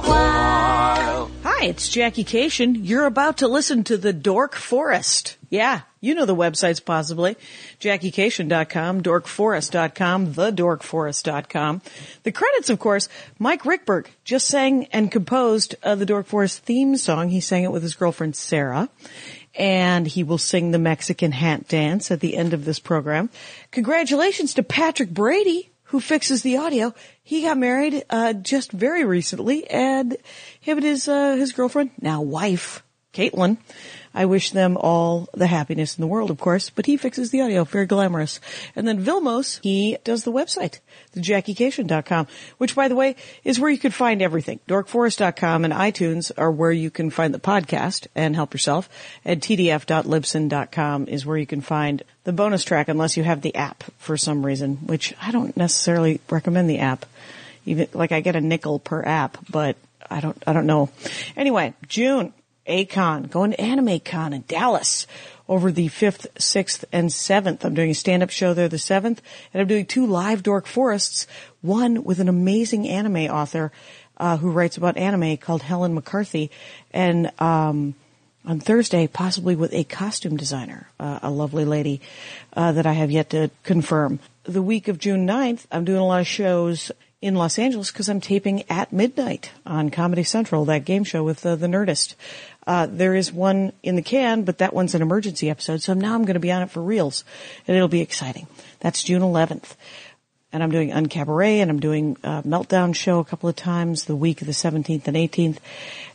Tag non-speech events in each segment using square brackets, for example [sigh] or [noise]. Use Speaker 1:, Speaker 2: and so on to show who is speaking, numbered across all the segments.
Speaker 1: while.
Speaker 2: Hi, it's Jackie Cation. You're about to listen to The Dork Forest. Yeah, you know the websites possibly. JackieCation.com, DorkForest.com, TheDorkForest.com. The credits, of course, Mike Rickberg just sang and composed uh, the Dork Forest theme song. He sang it with his girlfriend Sarah. And he will sing the Mexican hat dance at the end of this program. Congratulations to Patrick Brady who fixes the audio. He got married uh, just very recently, and him and his uh, his girlfriend, now wife, Caitlin. I wish them all the happiness in the world, of course. But he fixes the audio, very glamorous. And then Vilmos, he does the website, thejackiecation.com, which, by the way, is where you could find everything. Dorkforest.com and iTunes are where you can find the podcast and help yourself. And tdf.libsyn.com is where you can find the bonus track unless you have the app for some reason, which I don't necessarily recommend the app. Even like I get a nickel per app, but I don't I don't know. Anyway, June Acon going to Anime Con in Dallas over the 5th, 6th, and 7th. I'm doing a stand-up show there the 7th, and I'm doing two live Dork Forests, one with an amazing anime author uh, who writes about anime called Helen McCarthy, and um, on Thursday, possibly with a costume designer, uh, a lovely lady uh, that I have yet to confirm. The week of June 9th, I'm doing a lot of shows in Los Angeles because I'm taping at midnight on Comedy Central, that game show with uh, the Nerdist. Uh, there is one in the can, but that one's an emergency episode, so now I'm going to be on it for reals, and it'll be exciting. That's June 11th and I'm doing Uncabaret and I'm doing uh, Meltdown show a couple of times the week of the 17th and 18th.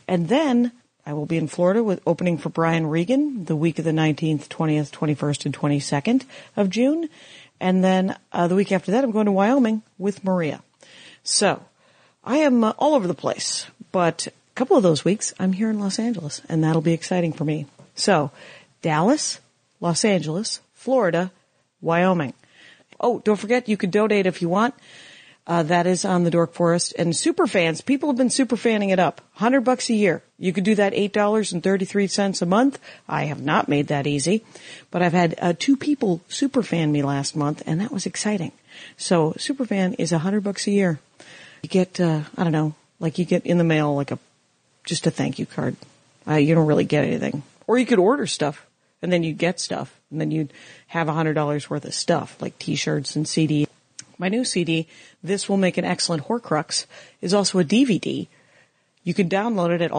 Speaker 2: And then I will be in Florida with opening for Brian Regan the week of the 19th, 20th, 21st, and 22nd of June. And then uh, the week after that, I'm going to Wyoming with Maria. So I am uh, all over the place, but a couple of those weeks I'm here in Los Angeles and that'll be exciting for me. So Dallas, Los Angeles, Florida, Wyoming. Oh, don't forget you could donate if you want. Uh, that is on the Dork Forest and super fans. People have been super fanning it up. Hundred bucks a year. You could do that eight dollars and thirty three cents a month. I have not made that easy, but I've had uh, two people super fan me last month, and that was exciting. So super fan is a hundred bucks a year. You get uh, I don't know, like you get in the mail like a just a thank you card. Uh, you don't really get anything. Or you could order stuff and then you'd get stuff and then you'd have a hundred dollars worth of stuff like t-shirts and CD. My new CD, This Will Make an Excellent Horcrux, is also a DVD. You can download it at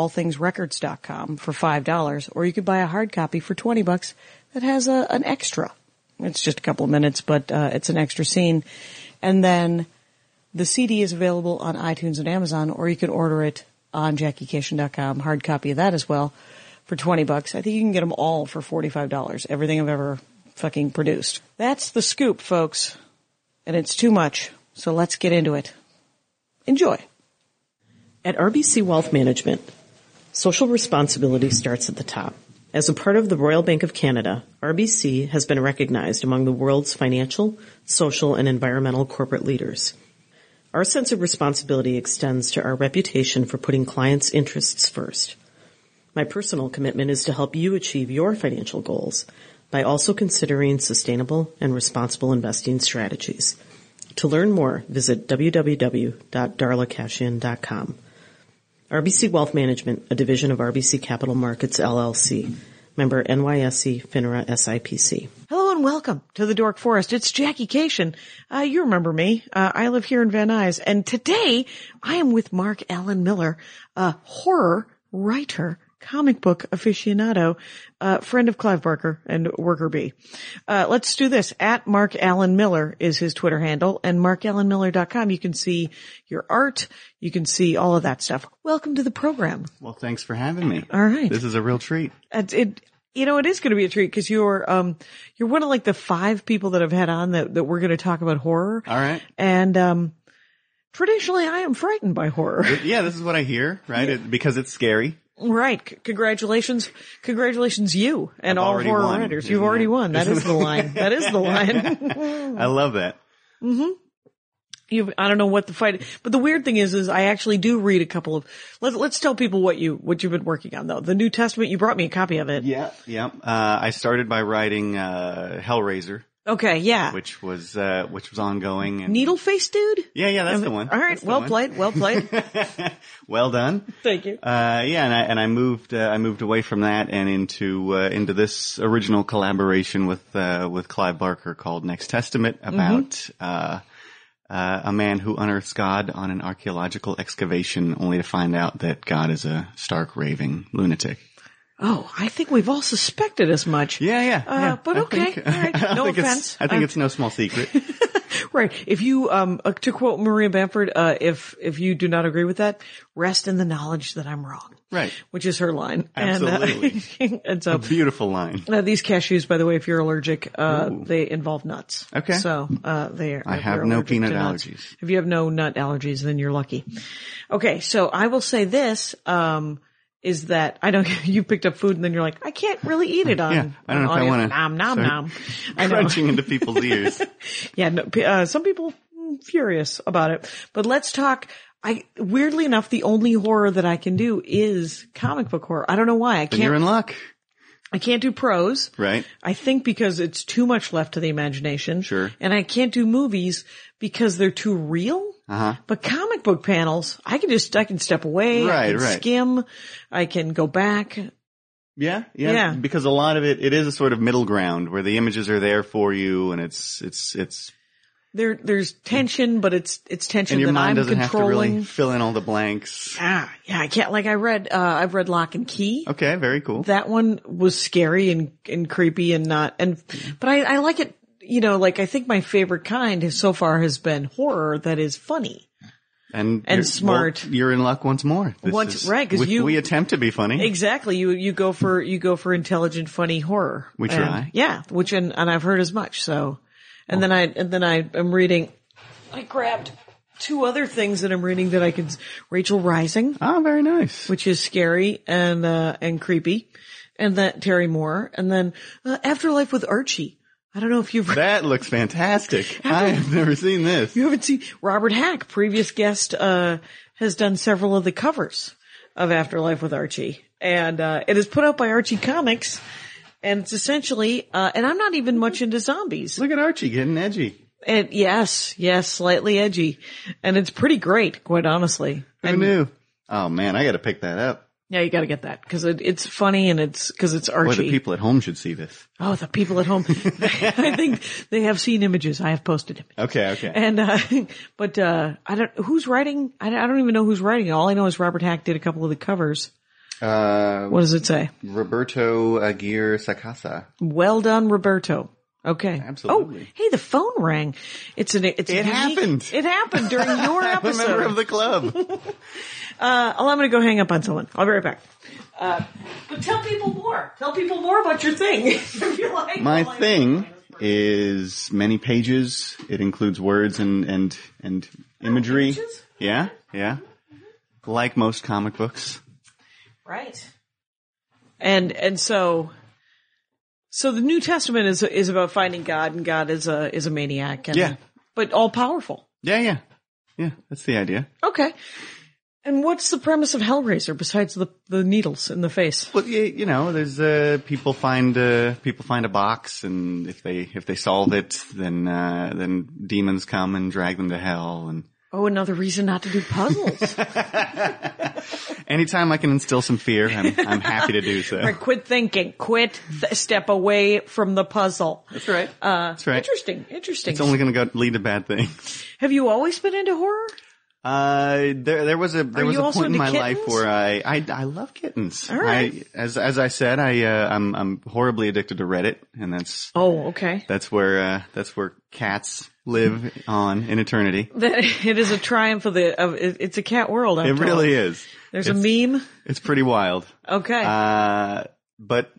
Speaker 2: allthingsrecords.com for $5 or you could buy a hard copy for 20 bucks that has a, an extra. It's just a couple of minutes, but uh, it's an extra scene. And then the CD is available on iTunes and Amazon, or you can order it on JackieCation.com. Hard copy of that as well for 20 bucks. I think you can get them all for $45. Everything I've ever fucking produced. That's the scoop, folks. And it's too much. So let's get into it. Enjoy.
Speaker 3: At RBC Wealth Management, social responsibility starts at the top. As a part of the Royal Bank of Canada, RBC has been recognized among the world's financial, social, and environmental corporate leaders. Our sense of responsibility extends to our reputation for putting clients' interests first. My personal commitment is to help you achieve your financial goals by also considering sustainable and responsible investing strategies. To learn more, visit www.darlacashian.com. RBC Wealth Management, a division of RBC Capital Markets LLC, member NYSE FINRA SIPC.
Speaker 2: Hello and welcome to the Dork Forest. It's Jackie Cation. Uh, you remember me. Uh, I live here in Van Nuys and today I am with Mark Allen Miller, a horror writer, comic book aficionado, uh, friend of Clive Barker and Worker Bee. Uh, let's do this. At Mark Allen Miller is his Twitter handle and markallenmiller.com. You can see your art. You can see all of that stuff. Welcome to the program.
Speaker 4: Well, thanks for having me.
Speaker 2: All right.
Speaker 4: This is a real treat.
Speaker 2: It's it, you know, it is going to be a treat because you're, um, you're one of like the five people that I've had on that, that we're going to talk about horror.
Speaker 4: All right.
Speaker 2: And, um, traditionally I am frightened by horror.
Speaker 4: Yeah, this is what I hear, right? It, because it's scary.
Speaker 2: [laughs] Right. C- congratulations. Congratulations you and
Speaker 4: I've
Speaker 2: all
Speaker 4: already
Speaker 2: horror
Speaker 4: won,
Speaker 2: writers.
Speaker 4: isn't
Speaker 2: You've already [laughs]
Speaker 4: it? [laughs]
Speaker 2: won. That is the line. That is the line.
Speaker 4: I love that.
Speaker 2: you, I don't know what the fight, but the weird thing is, is I actually do read a couple of, let's, let's tell people what you, what you've been working on though. The New Testament, you brought me a copy of it.
Speaker 4: Yeah, yeah. Uh, I started by writing uh, Hellraiser,
Speaker 2: Okay. Yeah.
Speaker 4: which was uh, which was ongoing. And,
Speaker 2: Needle face dude?
Speaker 4: Yeah, yeah, that's the one.
Speaker 2: All right.
Speaker 4: That's the
Speaker 2: Well
Speaker 4: one.
Speaker 2: played. Well
Speaker 4: [laughs]
Speaker 2: played.
Speaker 4: Well done.
Speaker 2: Thank you.
Speaker 4: Uh, yeah, and I and I moved uh, I moved away from that and into uh, into this original collaboration with uh, with Clive Barker called Next Testament
Speaker 2: Mm-hmm.
Speaker 4: about uh, uh, a man who unearths God on an archaeological excavation, only to find out that God is a stark raving lunatic.
Speaker 2: Oh, I think we've all suspected as much.
Speaker 4: Yeah, yeah,
Speaker 2: Uh,
Speaker 4: yeah.
Speaker 2: but
Speaker 4: I
Speaker 2: okay.
Speaker 4: think-
Speaker 2: All
Speaker 4: [laughs]
Speaker 2: right.
Speaker 4: I
Speaker 2: No
Speaker 4: think it's-
Speaker 2: offense.
Speaker 4: I think
Speaker 2: Uh,
Speaker 4: it's no
Speaker 2: [laughs]
Speaker 4: small secret.
Speaker 2: Right. If you, um, uh, to quote Maria Bamford, uh, if, if you do not agree with that, rest in the knowledge that I'm wrong.
Speaker 4: Right.
Speaker 2: Which is her line. And, uh,
Speaker 4: Absolutely.
Speaker 2: [laughs]
Speaker 4: Mm-hmm.
Speaker 2: and so,
Speaker 4: Beautiful line.
Speaker 2: uh, these cashews, by the way, if you're allergic, uh, they involve nuts.
Speaker 4: Okay.
Speaker 2: So, uh, they are.
Speaker 4: I
Speaker 2: if
Speaker 4: have
Speaker 2: you're
Speaker 4: no
Speaker 2: allergic
Speaker 4: peanut
Speaker 2: to nuts-
Speaker 4: allergies.
Speaker 2: If you have no nut allergies, then you're lucky. Okay. So I will say this, um, is that I know [laughs] you picked up food and then you're like, I can't really eat it on.
Speaker 4: [laughs] Yeah, I don't know if I
Speaker 2: audio.
Speaker 4: wanna
Speaker 2: Nom nom
Speaker 4: start
Speaker 2: nom. I know.
Speaker 4: Crunching into
Speaker 2: [laughs]
Speaker 4: people's ears.
Speaker 2: Yeah, no, p- uh, some people mm, furious about it. But let's talk. I weirdly enough, the only horror that I can do is comic book horror. I don't know why I
Speaker 4: Then you're
Speaker 2: can't.
Speaker 4: in luck,
Speaker 2: I can't do prose.
Speaker 4: right?
Speaker 2: I think because it's too much left to the imagination.
Speaker 4: Sure.
Speaker 2: And I can't do movies because they're too real.
Speaker 4: Uh-huh.
Speaker 2: But comic book panels, I can just I can step away. I
Speaker 4: Right,
Speaker 2: can
Speaker 4: right.
Speaker 2: Skim. I can go back.
Speaker 4: Yeah, yeah,
Speaker 2: Yeah.
Speaker 4: Because a lot of it, it is a sort of middle ground where the images are there for you, and it's it's it's,
Speaker 2: There, there's tension, but it's it's tension
Speaker 4: and your
Speaker 2: that
Speaker 4: mind
Speaker 2: I'm
Speaker 4: doesn't have to
Speaker 2: controlling.
Speaker 4: really fill in all the blanks.
Speaker 2: Ah, yeah, I can't. Like I read, uh, I've read Lock and Key.
Speaker 4: Okay, very cool.
Speaker 2: That one was scary and and creepy and not and, but I I like it. You know, like I think my favorite kind has, so far has been horror that is funny.
Speaker 4: And
Speaker 2: and
Speaker 4: you're-
Speaker 2: smart.
Speaker 4: well, you're in luck once more. This
Speaker 2: Once-
Speaker 4: is-
Speaker 2: right, 'cause
Speaker 4: we-
Speaker 2: you-
Speaker 4: we attempt to be funny.
Speaker 2: Exactly. You you go for you go for intelligent funny horror.
Speaker 4: We
Speaker 2: And-
Speaker 4: try.
Speaker 2: yeah, which and and I've heard as much. So, and then I and then I am reading. I grabbed two other things that I'm reading that I could. Rachel Rising.
Speaker 4: oh, very nice.
Speaker 2: which is scary and uh and creepy, and that Terry Moore, and then uh, Afterlife with Archie. I don't know if you've
Speaker 4: that looks
Speaker 2: [laughs]
Speaker 4: fantastic. I have never seen this.
Speaker 2: you haven't seen Robert Hack, previous guest, uh has done several of the covers of Afterlife with Archie, and uh it is put out by Archie Comics. And it's essentially, uh, and I'm not even much into zombies.
Speaker 4: Look at Archie getting edgy.
Speaker 2: And yes, yes, slightly edgy. And it's pretty great, quite honestly.
Speaker 4: Who knew? Oh man, I got to pick that up.
Speaker 2: Yeah, you gotta get that. Cause it, it's funny and it's, cause it's Archie.
Speaker 4: Boy, the people at home should see this.
Speaker 2: Oh, the people at home. [laughs] I think they have seen images. I have posted images.
Speaker 4: Okay, okay.
Speaker 2: And, uh, [laughs] but, uh, I don't, who's writing? I don't, I don't even know who's writing it. All I know is Robert Hack did a couple of the covers.
Speaker 4: uh,
Speaker 2: What does it say?
Speaker 4: Roberto Aguirre Sacasa.
Speaker 2: Well done, Roberto. Okay.
Speaker 4: Absolutely.
Speaker 2: Oh, hey, the phone rang. It's an, it's, a unique-
Speaker 4: It happened.
Speaker 2: It happened
Speaker 4: [laughs]
Speaker 2: during your
Speaker 4: I'm a
Speaker 2: episode.
Speaker 4: member of
Speaker 2: [laughs]
Speaker 4: the club.
Speaker 2: uh, well, I'm going to go hang up on someone. I'll be right back. Uh, but tell people more. Tell people more about your thing. [laughs] if you like.
Speaker 4: My
Speaker 2: Well, I-
Speaker 4: thing is many pages. It includes words and and and imagery.
Speaker 2: pages?
Speaker 4: Yeah, yeah. Like most comic books.
Speaker 2: Right. And and so so the New Testament is is about finding God and God is a is a maniac and
Speaker 4: Yeah.
Speaker 2: but all powerful.
Speaker 4: Yeah, yeah, yeah. That's the idea.
Speaker 2: Okay. And what's the premise of Hellraiser besides the the needles in the face?
Speaker 4: Well, you, you know, there's uh, people find uh, people find a box, and if they if they solve it, then uh, then demons come and drag them to hell. And
Speaker 2: Oh, another reason not to do puzzles.
Speaker 4: anytime I can instill some fear, I'm I'm happy to do so.
Speaker 2: [laughs] [laughs] Right, quit thinking. Quit. Th- step away from the puzzle.
Speaker 4: That's right. Uh, That's right.
Speaker 2: Interesting. Interesting.
Speaker 4: It's only going to go lead to bad things.
Speaker 2: Have you always been into horror?
Speaker 4: Uh, there, there was a there
Speaker 2: Are
Speaker 4: was
Speaker 2: you
Speaker 4: a
Speaker 2: also
Speaker 4: point in
Speaker 2: into
Speaker 4: my
Speaker 2: kittens?
Speaker 4: life where I, I, I love kittens.
Speaker 2: All right.
Speaker 4: I, as as I said, I uh, I'm I'm horribly addicted to Reddit, and that's
Speaker 2: Oh, okay.
Speaker 4: that's where uh, that's where cats live on in
Speaker 2: [laughs]
Speaker 4: eternity.
Speaker 2: it is a triumph of the. Of, it- it's a cat world. I'm
Speaker 4: It
Speaker 2: told.
Speaker 4: really is.
Speaker 2: There's
Speaker 4: it's,
Speaker 2: a meme.
Speaker 4: It's pretty wild.
Speaker 2: Okay.
Speaker 4: Uh, but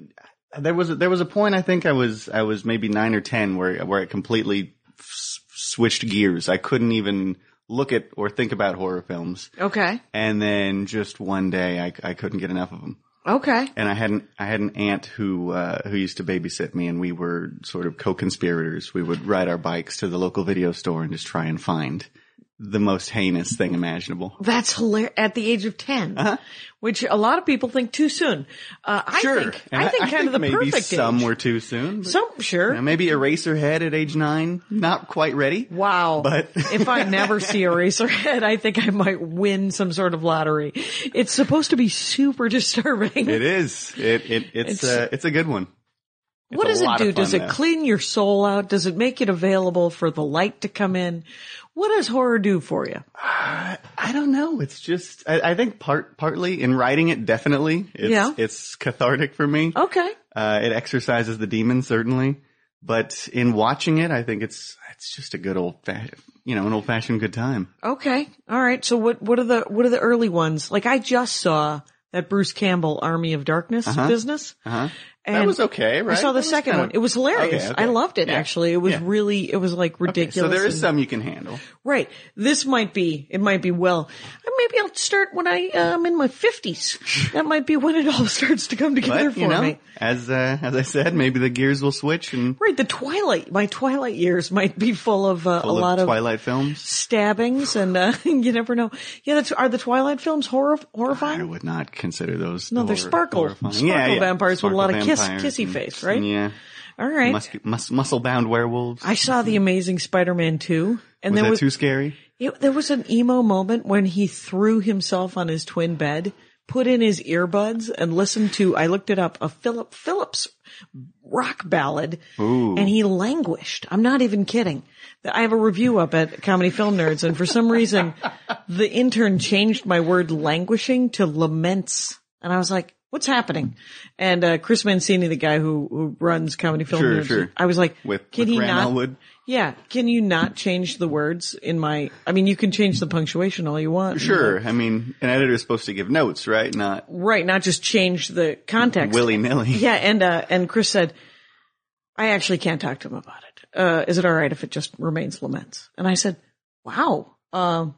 Speaker 4: there was a, there was a point I think I was I was maybe nine or ten where where it completely s- switched gears. I couldn't even look at or think about horror films,
Speaker 2: okay.
Speaker 4: and then just one day I I couldn't get enough of them.
Speaker 2: Okay.
Speaker 4: and I had an I had an aunt who uh, who used to babysit me, and we were sort of co-conspirators. We would ride our bikes to the local video store and just try and find the most heinous thing imaginable.
Speaker 2: That's hilarious. At the age of 10,
Speaker 4: Uh-huh.
Speaker 2: which a lot of people think too soon. Uh, I think,
Speaker 4: And
Speaker 2: I think kind of the
Speaker 4: maybe
Speaker 2: perfect
Speaker 4: some
Speaker 2: age.
Speaker 4: were too soon. but-
Speaker 2: Some, sure.
Speaker 4: Now, maybe Eraserhead at age nine, not quite ready.
Speaker 2: Wow.
Speaker 4: But-
Speaker 2: if I never see
Speaker 4: [laughs]
Speaker 2: a Eraserhead, I think I might win some sort of lottery. It's supposed to be super [laughs] disturbing.
Speaker 4: It is. It, it
Speaker 2: It's-
Speaker 4: it's uh, it's a good one. It's
Speaker 2: what
Speaker 4: a
Speaker 2: does it
Speaker 4: lot of
Speaker 2: do?
Speaker 4: fun,
Speaker 2: Does it
Speaker 4: though.
Speaker 2: clean your soul out? Does it make it available for the light to come in? What does horror do for you?
Speaker 4: I don't know. It's just I, I think part partly in writing it definitely. It's,
Speaker 2: Yeah.
Speaker 4: It's cathartic for me.
Speaker 2: Okay.
Speaker 4: Uh, it exercises the demon certainly, but in watching it, I think it's it's just a good old fa- you know an old fashioned good time.
Speaker 2: Okay. All right. So what, what are the, what are the early ones? Like I just saw that Bruce Campbell Army of Darkness business.
Speaker 4: Uh-huh.
Speaker 2: And
Speaker 4: that was okay, right?
Speaker 2: I saw the
Speaker 4: That was
Speaker 2: second
Speaker 4: kinda-
Speaker 2: one. It was hilarious.
Speaker 4: Okay, okay.
Speaker 2: I loved it
Speaker 4: Yeah.
Speaker 2: actually. It was
Speaker 4: Yeah.
Speaker 2: really, it was like ridiculous.
Speaker 4: So there
Speaker 2: and-
Speaker 4: is some you can handle.
Speaker 2: Right. This might be, it might be well. uh, Maybe I'll start when I, uh, am in my 50s. That might be when it all [laughs] starts to come together
Speaker 4: But
Speaker 2: for
Speaker 4: you know,
Speaker 2: me.
Speaker 4: as uh, as I said, maybe the gears will switch and
Speaker 2: Right. The Twilight, my Twilight years might be full of uh,
Speaker 4: full
Speaker 2: a lot
Speaker 4: of
Speaker 2: of
Speaker 4: Twilight films.
Speaker 2: stabbings and uh, [laughs] you never know. Yeah, that's, are the Twilight films horror,
Speaker 4: I
Speaker 2: horrifying?
Speaker 4: would not consider those.
Speaker 2: No, they're sparkle-
Speaker 4: horrifying.
Speaker 2: sparkle vampires with a lot of kiss-
Speaker 4: vampires
Speaker 2: kissy
Speaker 4: and-
Speaker 2: face, right?
Speaker 4: Yeah,
Speaker 2: all right.
Speaker 4: Musky, mus- muscle bound werewolves.
Speaker 2: I saw The Amazing Spider-Man 2 and
Speaker 4: was
Speaker 2: there
Speaker 4: that
Speaker 2: was,
Speaker 4: too scary?
Speaker 2: it- there was an emo moment when he threw himself on his twin bed, put in his earbuds and listened to, I looked it up, a Philip Phillips rock ballad
Speaker 4: Ooh.
Speaker 2: and he languished. I'm not even kidding. I have a review up at Comedy Film Nerds and for some reason the intern changed my word languishing to laments. And I was like, what's happening? And, uh, Chris Mancini, the guy who, who runs Comedy Film
Speaker 4: Sure,
Speaker 2: Nerds,
Speaker 4: sure.
Speaker 2: I was like,
Speaker 4: With-
Speaker 2: can
Speaker 4: with
Speaker 2: he
Speaker 4: Graham
Speaker 2: not?
Speaker 4: Elwood?
Speaker 2: Yeah. Can you not change the words in my, I mean, you can change the punctuation all you want.
Speaker 4: Sure. I mean, an editor is supposed to give notes, right? Not
Speaker 2: Right. Not just change the context.
Speaker 4: willy nilly.
Speaker 2: Yeah, and uh, and Chris said, I actually can't talk to him about it. Uh, is it all right if it just remains laments? And I said, Wow. Um,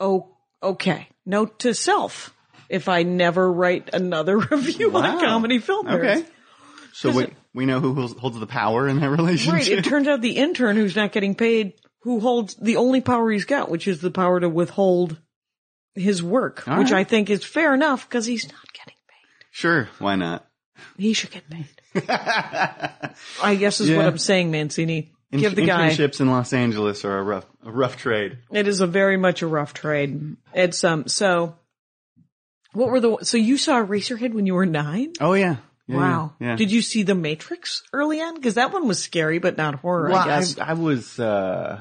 Speaker 2: oh, okay. Note to self: if I never write another [laughs] review on
Speaker 4: Wow.
Speaker 2: a comedy film,
Speaker 4: Okay.
Speaker 2: nerds.
Speaker 4: So we we know who holds- holds the power in that
Speaker 2: Right.
Speaker 4: relationship.
Speaker 2: It turns out the intern who's not getting paid, who holds the only power he's got, which is the power to withhold his work,
Speaker 4: All
Speaker 2: which
Speaker 4: right.
Speaker 2: I think is fair enough because he's not getting paid.
Speaker 4: [laughs] Sure. Why not?
Speaker 2: He should get
Speaker 4: [laughs]
Speaker 2: paid. I guess is what
Speaker 4: Yeah.
Speaker 2: I'm saying, Mancini.
Speaker 4: In-
Speaker 2: Give the guy.
Speaker 4: internships in Los Angeles are a rough a rough trade.
Speaker 2: It is a very much a rough trade. It's um so what were the so you saw Eraserhead when you were 9?
Speaker 4: Oh yeah. Yeah,
Speaker 2: wow.
Speaker 4: Yeah. yeah.
Speaker 2: Did you see The Matrix early on? Cuz that one was scary but not horror,
Speaker 4: Well,
Speaker 2: I guess.
Speaker 4: I, was uh,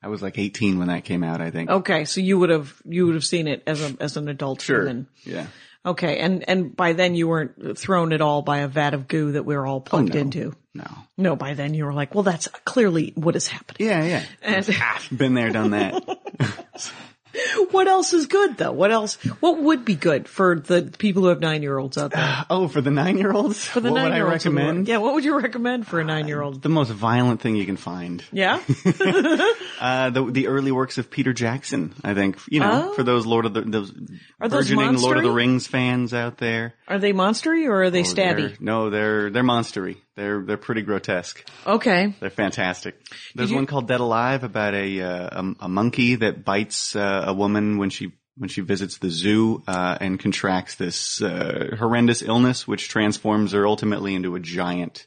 Speaker 4: I was like 18 when that came out. I think.
Speaker 2: okay, so you would have you would have seen it as a as an adult human.
Speaker 4: Yeah.
Speaker 2: Okay, and and by then you weren't thrown at all by a vat of goo that we were all plugged
Speaker 4: Oh, no.
Speaker 2: into.
Speaker 4: No.
Speaker 2: No, by then you were like, well that's clearly what is happening.
Speaker 4: Yeah. Yeah. [laughs]
Speaker 2: And
Speaker 4: Been there, done that.
Speaker 2: [laughs] what else is good though? What else what would be good for the people who have 9-year-olds out [sighs] there?
Speaker 4: oh, for the nine-year-olds,
Speaker 2: For the
Speaker 4: what would I
Speaker 2: nine-year-olds in the world.
Speaker 4: recommend?
Speaker 2: Yeah, what would you recommend for a nine-year-old?
Speaker 4: The most violent thing you can find. [laughs]
Speaker 2: Yeah,
Speaker 4: Uh, the the early works of Peter Jackson. I think you know
Speaker 2: Oh.
Speaker 4: for those Lord of the those
Speaker 2: Are those
Speaker 4: burgeoning Lord of the
Speaker 2: monstery?
Speaker 4: Rings fans out there.
Speaker 2: are they monstery or are they
Speaker 4: Oh, they're-
Speaker 2: stabby?
Speaker 4: no, they're they're monstery. They're they're pretty grotesque.
Speaker 2: Okay,
Speaker 4: They're fantastic. There's
Speaker 2: you-
Speaker 4: one called Dead Alive about a uh, a, a monkey that bites uh, a woman when she when she visits the zoo uh, and contracts this uh, horrendous illness, which transforms her ultimately into a giant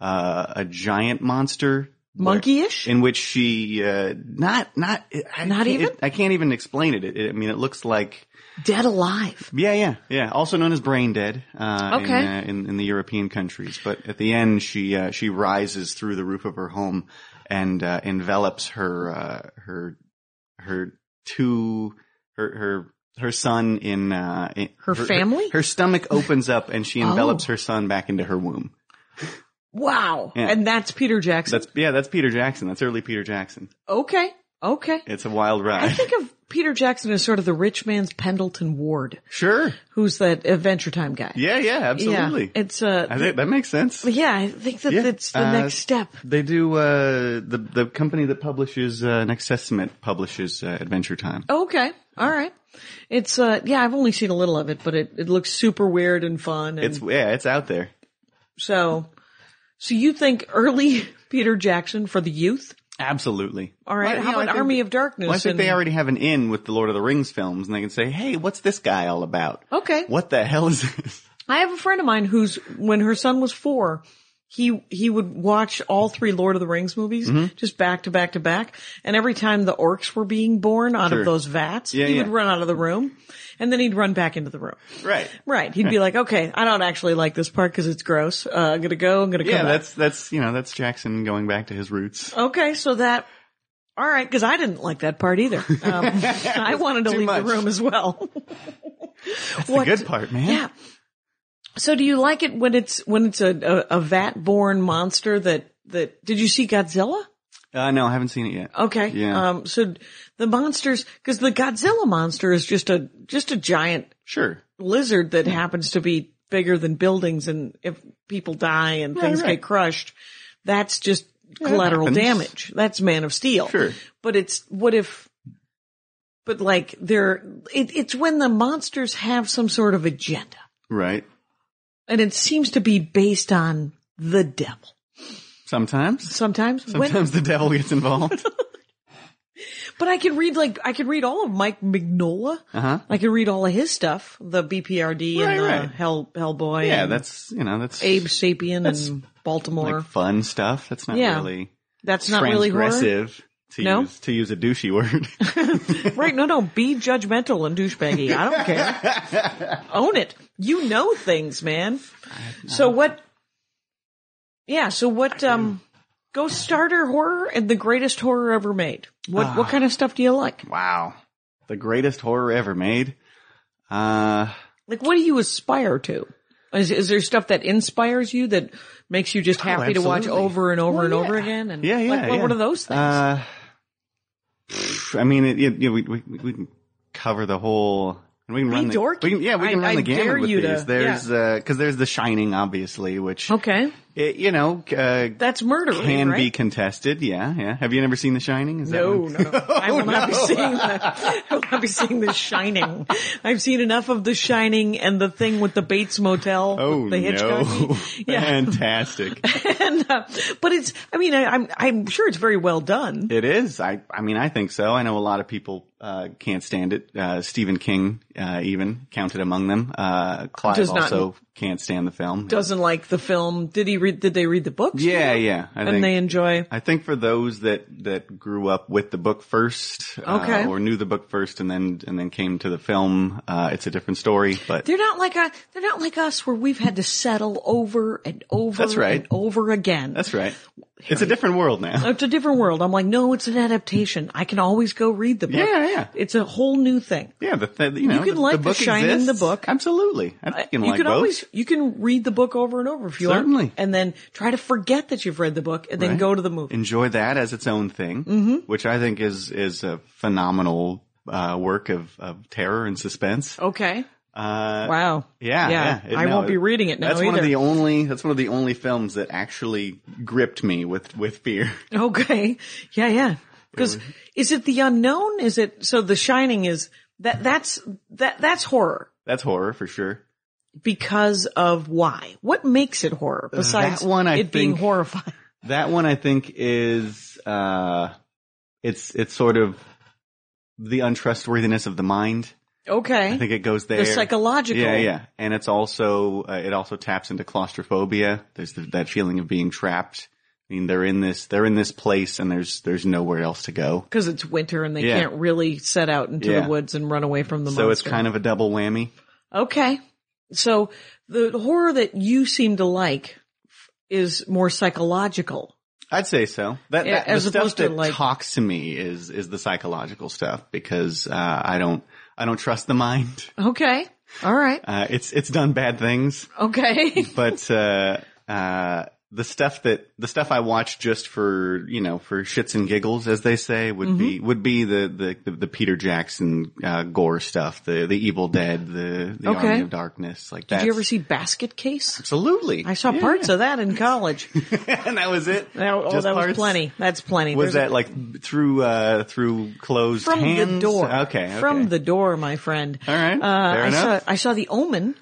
Speaker 4: uh, a giant monster.
Speaker 2: Monkey-ish?
Speaker 4: in which she uh, not not I
Speaker 2: Not
Speaker 4: can't-
Speaker 2: even?
Speaker 4: it- I can't even explain it. It, it. I mean, it looks like
Speaker 2: dead alive.
Speaker 4: yeah, yeah, yeah. Also known as brain dead. Uh,
Speaker 2: Okay.
Speaker 4: In, uh, in, in the European countries, but at the end, she uh, she rises through the roof of her home and uh, envelops her uh, her her two her her her son in, uh, in-
Speaker 2: Her family?
Speaker 4: Her, stomach opens up and she envelops
Speaker 2: Oh.
Speaker 4: her son back into her womb.
Speaker 2: Wow,
Speaker 4: Yeah.
Speaker 2: and that's Peter Jackson.
Speaker 4: That's yeah, that's Peter Jackson. That's early Peter Jackson.
Speaker 2: okay, okay.
Speaker 4: It's a wild
Speaker 2: I
Speaker 4: ride.
Speaker 2: think of Peter Jackson as sort of the rich man's Pendleton Ward,
Speaker 4: [laughs] sure.
Speaker 2: who's that Adventure Time guy.
Speaker 4: Yeah, yeah, absolutely.
Speaker 2: Yeah, it's uh,
Speaker 4: I think that makes sense.
Speaker 2: yeah. I think that
Speaker 4: Yeah.
Speaker 2: that's the
Speaker 4: Uh,
Speaker 2: next step.
Speaker 4: They do. Uh, the the company that publishes uh, Next Testament publishes uh, Adventure Time.
Speaker 2: Okay, all right. It's uh, yeah. I've only seen a little of it, but it, it looks super weird and fun. And
Speaker 4: It's yeah, it's out there.
Speaker 2: [laughs] so, so you think early Peter Jackson for the youth?
Speaker 4: Absolutely.
Speaker 2: All right,
Speaker 4: Well,
Speaker 2: how
Speaker 4: you know, I
Speaker 2: about
Speaker 4: think-
Speaker 2: Army of Darkness?
Speaker 4: Well, I think
Speaker 2: and-
Speaker 4: they already have an in with the Lord of the Rings films, and they can say, "Hey, what's this guy all about?
Speaker 2: Okay.
Speaker 4: What the hell is this?" [laughs]
Speaker 2: I have a friend of mine who's when her son was four, he he would watch all three Lord of the Rings movies
Speaker 4: Mm-hmm.
Speaker 2: just back to back to back, and every time the orcs were being born out
Speaker 4: Sure.
Speaker 2: of those vats,
Speaker 4: Yeah,
Speaker 2: he
Speaker 4: yeah.
Speaker 2: would run out of the room, and then he'd run back into the room.
Speaker 4: Right.
Speaker 2: Right, he'd be
Speaker 4: [laughs]
Speaker 2: like, "Okay, I don't actually like this part because it's gross. Uh, I'm gonna go. I'm gonna
Speaker 4: Yeah,
Speaker 2: come back."
Speaker 4: that's that's you know that's Jackson going back to his roots.
Speaker 2: Okay, so that. All right, because I didn't like that part
Speaker 4: [laughs]
Speaker 2: either. Um, I wanted to
Speaker 4: Too
Speaker 2: leave
Speaker 4: much.
Speaker 2: the room as well.
Speaker 4: That's
Speaker 2: What-
Speaker 4: the good part, man.
Speaker 2: Yeah. So do you like it when it's when it's a a, a vat born monster that that did you see Godzilla?
Speaker 4: Uh, no, I haven't seen it yet.
Speaker 2: Okay.
Speaker 4: Yeah.
Speaker 2: Um so the monsters cuz the Godzilla monster is just a just a giant
Speaker 4: Sure.
Speaker 2: lizard
Speaker 4: Hmm.
Speaker 2: that happens to be bigger than buildings and if people die and things
Speaker 4: right.
Speaker 2: get crushed that's just collateral
Speaker 4: happens.
Speaker 2: damage. That's Man of Steel.
Speaker 4: Sure.
Speaker 2: But it's what if but like they're it, it's when the monsters have some sort of agenda
Speaker 4: Right.
Speaker 2: and it seems to be based on the devil.
Speaker 4: Sometimes.
Speaker 2: Sometimes, When,
Speaker 4: Sometimes the devil
Speaker 2: [laughs]
Speaker 4: gets involved.
Speaker 2: but I could read like I could read all of Mike Mignola.
Speaker 4: Uh-huh.
Speaker 2: I could read all of his stuff, the BPRD
Speaker 4: Right,
Speaker 2: and uh,
Speaker 4: right.
Speaker 2: Hell Hellboy.
Speaker 4: yeah,
Speaker 2: and
Speaker 4: that's you know that's
Speaker 2: Abe Sapien and Baltimore.
Speaker 4: like fun stuff. That's not
Speaker 2: Yeah.
Speaker 4: really
Speaker 2: That's not really horror,
Speaker 4: transgressive. to
Speaker 2: No?
Speaker 4: use to use a douchey
Speaker 2: [laughs]
Speaker 4: word. [laughs]
Speaker 2: right? No, no. Be judgmental and douchebaggy. I don't care.
Speaker 4: [laughs]
Speaker 2: Own it. You know things, man. So what? Yeah. So what? Um, go starter horror and the greatest horror ever made. What? what
Speaker 4: Ah.
Speaker 2: kind of stuff do you like?
Speaker 4: wow. The greatest horror ever made. Uh
Speaker 2: Like, what do you aspire to? Is, is there stuff that inspires you that makes you just happy to watch
Speaker 4: Oh, absolutely.
Speaker 2: over and over and over again? And
Speaker 4: Yeah, yeah.
Speaker 2: Like, what,
Speaker 4: yeah.
Speaker 2: what are those things?
Speaker 4: Uh, [sighs] pff, I mean, it, it, you know, we, we, we can cover the whole. and We can
Speaker 2: Be
Speaker 4: run the,
Speaker 2: dorky.
Speaker 4: We can, yeah, we
Speaker 2: I-
Speaker 4: can run
Speaker 2: I
Speaker 4: the
Speaker 2: dare
Speaker 4: gamut with
Speaker 2: you
Speaker 4: these.
Speaker 2: to-
Speaker 4: there's because there's The Shining, obviously, which
Speaker 2: okay,
Speaker 4: it, you know uh,
Speaker 2: that's murder.
Speaker 4: can
Speaker 2: right?
Speaker 4: be contested. Yeah, yeah. Have you never seen The Shining? Is
Speaker 2: No,
Speaker 4: that
Speaker 2: no,
Speaker 4: [laughs]
Speaker 2: no. I will not be seeing that. I will not be seeing The Shining. I've seen enough of The Shining and the thing with the Bates Motel.
Speaker 4: Oh
Speaker 2: the
Speaker 4: no!
Speaker 2: Hitchcocky. [laughs] Yeah,
Speaker 4: [laughs] Fantastic.
Speaker 2: and, uh, but it's. I mean, I, I'm I'm sure it's very well done.
Speaker 4: It is. I I mean, I think so. I know a lot of people uh, can't stand it. Uh, Stephen King, uh, even counted among them. Uh, Clive
Speaker 2: Does not-
Speaker 4: also can't stand the film.
Speaker 2: Doesn't like the film. Did he read? Did they read the books?
Speaker 4: yeah, yeah. I
Speaker 2: and
Speaker 4: think
Speaker 2: they enjoy.
Speaker 4: I think for those that that grew up with the book first, uh,
Speaker 2: Okay.
Speaker 4: or knew the book first and then and then came to the film, uh, it's a different story. But
Speaker 2: They're not like I, they're not like us where we've had to settle over and over
Speaker 4: That's right.
Speaker 2: and over again.
Speaker 4: that's right. It's a different world now.
Speaker 2: it's a different world. I'm like, no, it's an adaptation. I can always go read the book.
Speaker 4: Yeah, yeah.
Speaker 2: It's a whole new thing.
Speaker 4: Yeah, the th- you know
Speaker 2: You can
Speaker 4: the,
Speaker 2: like
Speaker 4: the
Speaker 2: The
Speaker 4: book
Speaker 2: Shining,
Speaker 4: exists.
Speaker 2: the book.
Speaker 4: Absolutely, I can like
Speaker 2: you can
Speaker 4: both.
Speaker 2: always you can read the book over and over if you
Speaker 4: Certainly.
Speaker 2: want, and then try to forget that you've read the book, and then
Speaker 4: Right.
Speaker 2: go to the movie.
Speaker 4: enjoy that as its own thing,
Speaker 2: Mm-hmm.
Speaker 4: which I think is is a phenomenal uh, work of, of terror and suspense.
Speaker 2: okay.
Speaker 4: Uh,
Speaker 2: Wow.
Speaker 4: Yeah,
Speaker 2: Yeah.
Speaker 4: yeah. It-
Speaker 2: I
Speaker 4: no,
Speaker 2: won't be reading it now
Speaker 4: That's one of
Speaker 2: either.
Speaker 4: the only. That's one of the only films that actually gripped me with with fear. [laughs]
Speaker 2: Okay. [laughs] Yeah. Yeah. Because is it the unknown? Is it so? The Shining is that that's that that's horror
Speaker 4: That's horror for sure.
Speaker 2: because of why? What makes it horror besides
Speaker 4: That one I
Speaker 2: it being
Speaker 4: think-
Speaker 2: horrifying?
Speaker 4: That one I think is uh, it's it's sort of the untrustworthiness of the mind.
Speaker 2: Okay.
Speaker 4: I think it goes there.
Speaker 2: the psychological.
Speaker 4: Yeah, yeah, and it's also uh, it also taps into claustrophobia. There's the, that feeling of being trapped. I mean, they're in this they're in this place, and there's there's nowhere else to go.
Speaker 2: Because it's winter and they
Speaker 4: Yeah.
Speaker 2: can't really set out into
Speaker 4: Yeah.
Speaker 2: the woods and run away from the
Speaker 4: So it's
Speaker 2: monster.
Speaker 4: kind of a double whammy.
Speaker 2: Okay. So the horror that you seem to like is more psychological.
Speaker 4: I'd say so. That,
Speaker 2: Yeah,
Speaker 4: that
Speaker 2: as
Speaker 4: the stuff
Speaker 2: opposed to,
Speaker 4: that
Speaker 2: like-
Speaker 4: talks to me is is the psychological stuff because uh, I don't I don't trust the mind.
Speaker 2: Okay. All right.
Speaker 4: Uh, it's it's done bad things.
Speaker 2: [laughs] Okay.
Speaker 4: but uh, uh, the stuff that the stuff I watch just for you know for shits and giggles, as they say, would be
Speaker 2: Mm-hmm.
Speaker 4: would be the the, the, the Peter Jackson uh, gore stuff, the the Evil Dead, the, the
Speaker 2: Okay.
Speaker 4: Army of Darkness. Like that.
Speaker 2: Did you ever see Basket Case?
Speaker 4: Absolutely,
Speaker 2: I saw parts of that in college.
Speaker 4: [laughs] and that was it.
Speaker 2: That- oh,
Speaker 4: Just
Speaker 2: that was
Speaker 4: parts?
Speaker 2: plenty. That's plenty.
Speaker 4: Was
Speaker 2: There's a-
Speaker 4: that like through uh through closed
Speaker 2: from
Speaker 4: hands?
Speaker 2: the door?
Speaker 4: Okay, okay.
Speaker 2: From the door, my friend.
Speaker 4: All right.
Speaker 2: Uh,
Speaker 4: Fair
Speaker 2: I
Speaker 4: enough.
Speaker 2: saw I saw the Omen.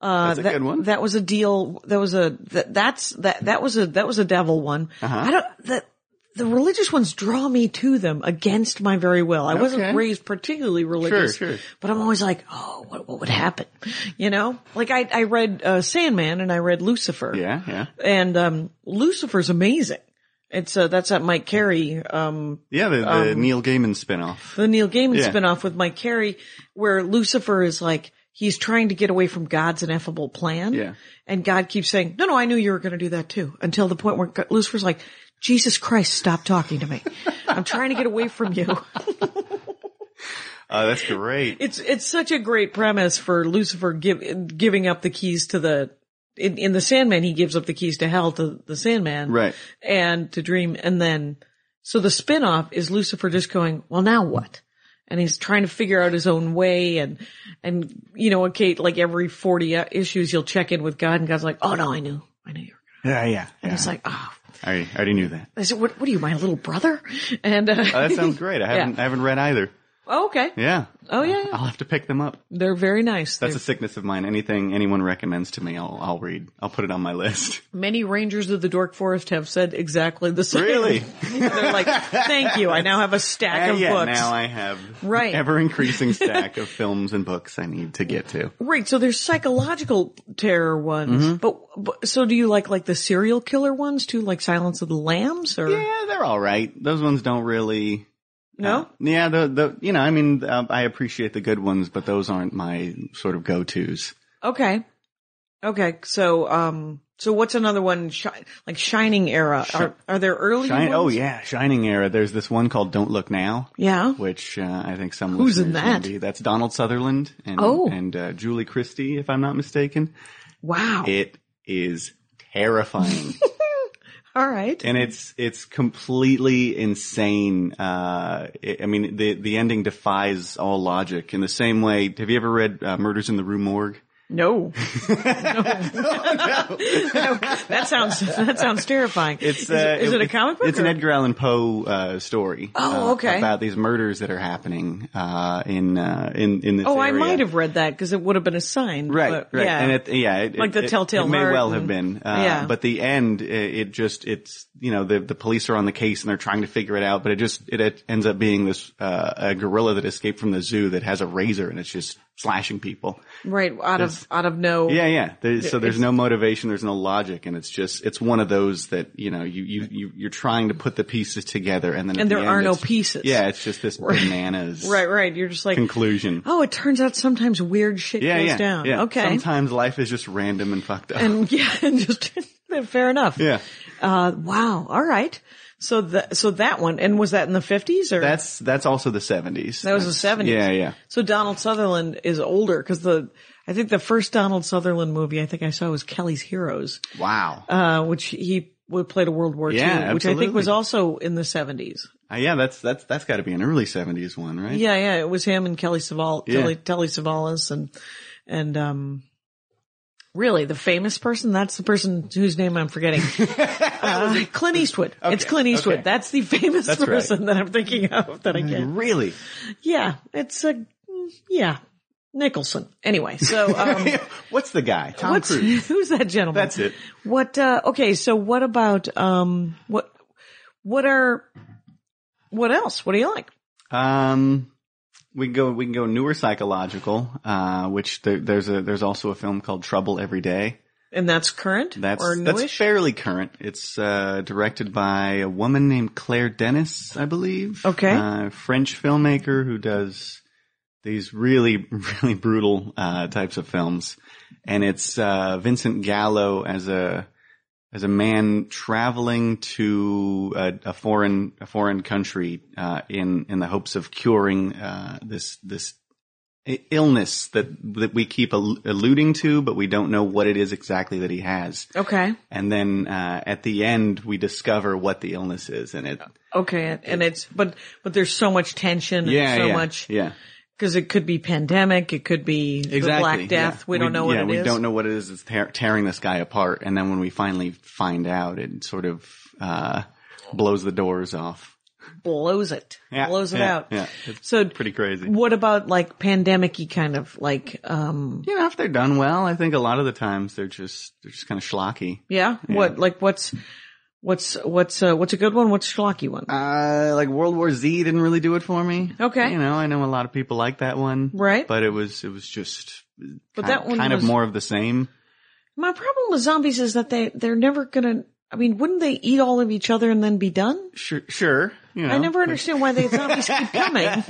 Speaker 2: Uh,
Speaker 4: That's a
Speaker 2: that,
Speaker 4: good one.
Speaker 2: That
Speaker 4: Uh-huh.
Speaker 2: was a deal. That was a that, that's that that was a that was a devil one. I don't that the religious ones draw me to them against my very will. I wasn't
Speaker 4: Okay.
Speaker 2: raised particularly religious,
Speaker 4: sure.
Speaker 2: but I'm always like, oh, what, what would happen? You know, like I, I read uh, Sandman and I read Lucifer.
Speaker 4: Yeah, yeah.
Speaker 2: And um, Lucifer's amazing. It's uh, that's that Mike Carey, um,
Speaker 4: Yeah, the, the Neil Gaiman spinoff.
Speaker 2: the Neil Gaiman
Speaker 4: Yeah.
Speaker 2: spinoff with Mike Carey, where Lucifer is like he's trying to get away from God's ineffable plan.
Speaker 4: Yeah.
Speaker 2: And God keeps saying, "No, no, I knew you were going to do that too." Until the point where God- Lucifer's like, "Jesus Christ, stop talking to me. I'm trying to get away from you." [laughs]
Speaker 4: Oh, that's great.
Speaker 2: It's it's such a great premise for Lucifer give, giving up the keys to the in, in the Sandman he gives up the keys to hell to the Sandman
Speaker 4: Right.
Speaker 2: and to Dream and then so the spin-off is Lucifer just going well now what and he's trying to figure out his own way and and you know okay like every forty uh, issues he'll check in with God and God's like oh no I knew I knew you were gonna
Speaker 4: Yeah, yeah.
Speaker 2: and
Speaker 4: yeah.
Speaker 2: he's like oh
Speaker 4: I, already, I already knew that.
Speaker 2: I said what what are you my little brother and uh,
Speaker 4: Oh, that sounds great. I haven't, I haven't read either.
Speaker 2: [laughs] oh, okay
Speaker 4: Yeah.
Speaker 2: oh yeah, yeah.
Speaker 4: I'll have to pick them up.
Speaker 2: they're very nice
Speaker 4: That's
Speaker 2: They're-
Speaker 4: a sickness of mine. Anything anyone recommends to me, I'll, I'll read. I'll put it on my
Speaker 2: [laughs]
Speaker 4: list.
Speaker 2: Many rangers of the Dork Forest have said exactly the same.
Speaker 4: Really?
Speaker 2: [laughs] They're like, thank you. I now have a stack
Speaker 4: And
Speaker 2: of
Speaker 4: yeah,
Speaker 2: books.
Speaker 4: now I have
Speaker 2: Right.
Speaker 4: ever
Speaker 2: [laughs]
Speaker 4: increasing stack of films and books I need to get to.
Speaker 2: right. So there's psychological terror ones,
Speaker 4: Mm-hmm.
Speaker 2: but, but so do you like like the serial killer ones too, like Silence of the Lambs or
Speaker 4: Yeah, they're all right. Those ones don't really. uh,
Speaker 2: no?
Speaker 4: Yeah, the the you know, I mean, um, I appreciate the good ones, but those aren't my sort of go tos.
Speaker 2: Okay. Okay. So, um, so what's another one? Shi- like Shining era. are, are there early
Speaker 4: Shine,
Speaker 2: ones?
Speaker 4: oh yeah, Shining era. There's this one called Don't Look Now,
Speaker 2: Yeah.
Speaker 4: which uh, I think some
Speaker 2: Who's in
Speaker 4: listeners
Speaker 2: that?
Speaker 4: will be. That's Donald Sutherland and
Speaker 2: Oh.
Speaker 4: and uh, Julie Christie, if I'm not mistaken.
Speaker 2: Wow.
Speaker 4: It is
Speaker 2: [laughs]
Speaker 4: terrifying.
Speaker 2: All right.
Speaker 4: and it's it's completely insane. Uh, it- I mean, the the ending defies all logic. In the same way, have you ever read uh, Murders in the Rue Morgue? [laughs]
Speaker 2: No. [laughs] no. That sounds that sounds terrifying.
Speaker 4: It's
Speaker 2: is,
Speaker 4: uh,
Speaker 2: it, is it a comic book?
Speaker 4: It's an
Speaker 2: or-
Speaker 4: Edgar Allan Poe uh, story.
Speaker 2: Oh,
Speaker 4: uh,
Speaker 2: okay.
Speaker 4: About these murders that are happening uh, in uh, in in this.
Speaker 2: Oh, I
Speaker 4: area.
Speaker 2: might have read that because it would have been assigned.
Speaker 4: Right,
Speaker 2: but,
Speaker 4: right,
Speaker 2: Yeah.
Speaker 4: and it, yeah, it,
Speaker 2: Like the
Speaker 4: it- it-
Speaker 2: Telltale
Speaker 4: It may
Speaker 2: Heart
Speaker 4: well
Speaker 2: and-
Speaker 4: have been, uh,
Speaker 2: yeah.
Speaker 4: But the end, it, it just, it's you know, the the police are on the case and they're trying to figure it out, but it just it, it ends up being this uh, a gorilla that escaped from the zoo that has a razor and it's just slashing people.
Speaker 2: right out of out of no.
Speaker 4: Yeah, yeah. There, so there's
Speaker 2: it's-
Speaker 4: no motivation, there's no logic, and it's just it's one of those that you know you you, you you're trying to put the pieces together, and then at
Speaker 2: And
Speaker 4: the
Speaker 2: there
Speaker 4: end,
Speaker 2: are no
Speaker 4: it's-
Speaker 2: pieces.
Speaker 4: Yeah, it's just this bananas
Speaker 2: [laughs] Right. Right. You're just like.
Speaker 4: conclusion.
Speaker 2: Oh, it turns out sometimes weird shit
Speaker 4: yeah,
Speaker 2: goes
Speaker 4: yeah,
Speaker 2: down.
Speaker 4: yeah.
Speaker 2: Okay.
Speaker 4: Sometimes life is just random and fucked up.
Speaker 2: And [laughs] yeah, and just fair enough.
Speaker 4: yeah.
Speaker 2: Uh, wow. All right. So that so that one and was that in the fifties or
Speaker 4: That's that's also the seventies.
Speaker 2: That was the seventies.
Speaker 4: Yeah, yeah.
Speaker 2: So Donald Sutherland is older because the I think the first Donald Sutherland movie I think I saw was Kelly's Heroes,
Speaker 4: Wow.
Speaker 2: uh, which he would played a World War
Speaker 4: Yeah,
Speaker 2: II, which I think was
Speaker 4: absolutely.
Speaker 2: also in the seventies.
Speaker 4: Uh, yeah, that's that's that's got to be an early seventies one, right?
Speaker 2: Yeah, yeah, it was him and Kelly Saval,
Speaker 4: Yeah.
Speaker 2: Kelly, Telly Savalas, and and um, really the famous person. That's the person whose name I'm
Speaker 4: [laughs]
Speaker 2: forgetting. uh, Clint Eastwood. it's Clint Eastwood.
Speaker 4: okay.
Speaker 2: That's the famous
Speaker 4: That's right. Mm-hmm.
Speaker 2: person that I'm thinking of that I can't.
Speaker 4: Really? [laughs]
Speaker 2: Yeah, it's a mm, yeah Nicholson. Anyway,
Speaker 4: [laughs]
Speaker 2: so um,
Speaker 4: What's the guy? Tom
Speaker 2: what's
Speaker 4: Cruise.
Speaker 2: [laughs] who's that gentleman?
Speaker 4: That's it.
Speaker 2: What? Uh, okay, so what about um what what are what else? What do you like?
Speaker 4: Um, we can go we can go newer psychological, uh, which there, there's a there's also a film called Trouble Every Day.
Speaker 2: And that's current
Speaker 4: That's
Speaker 2: or
Speaker 4: that's
Speaker 2: newish.
Speaker 4: fairly current. It's uh, directed by a woman named Claire Dennis, I believe.
Speaker 2: Okay.
Speaker 4: uh, French filmmaker who does these really [laughs] really brutal uh, types of films, and it's uh, Vincent Gallo as a as a man traveling to a, a foreign a foreign country uh, in in the hopes of curing uh, this this i- illness that that we keep al- alluding to, but we don't know what it is exactly that he has.
Speaker 2: okay,
Speaker 4: And then uh, at the end, we discover what the illness is, and it
Speaker 2: okay, and it's but but there's so much tension
Speaker 4: yeah
Speaker 2: and so
Speaker 4: yeah,
Speaker 2: much
Speaker 4: yeah
Speaker 2: because it could be pandemic, it could be the Black Death.
Speaker 4: yeah.
Speaker 2: We don't know what
Speaker 4: yeah,
Speaker 2: it
Speaker 4: we
Speaker 2: is.
Speaker 4: don't know what it is that's tear- tearing this guy apart. And then when we finally find out, it sort of uh, blows the doors off.
Speaker 2: Blows it,
Speaker 4: Yeah,
Speaker 2: blows it
Speaker 4: yeah,
Speaker 2: out.
Speaker 4: yeah. It's
Speaker 2: so
Speaker 4: Pretty crazy.
Speaker 2: What about like pandemic-y kind of like um
Speaker 4: You know, if they're done well, I think a lot of the times they're just they're just kind of schlocky.
Speaker 2: Yeah. What like what's What's what's uh, what's a good one? What's a schlocky one?
Speaker 4: Uh, like World War Z didn't really do it for me.
Speaker 2: Okay.
Speaker 4: You know, I know a lot of people like that one.
Speaker 2: Right.
Speaker 4: But it was, it was just kind,
Speaker 2: that one
Speaker 4: Uh, kind
Speaker 2: was-
Speaker 4: of more of the same.
Speaker 2: My problem with zombies is that they they're never gonna. I mean, wouldn't they eat all of each other and then be done?
Speaker 4: Sure. Sure. You know,
Speaker 2: I never understand why the zombies
Speaker 4: [laughs]
Speaker 2: keep coming.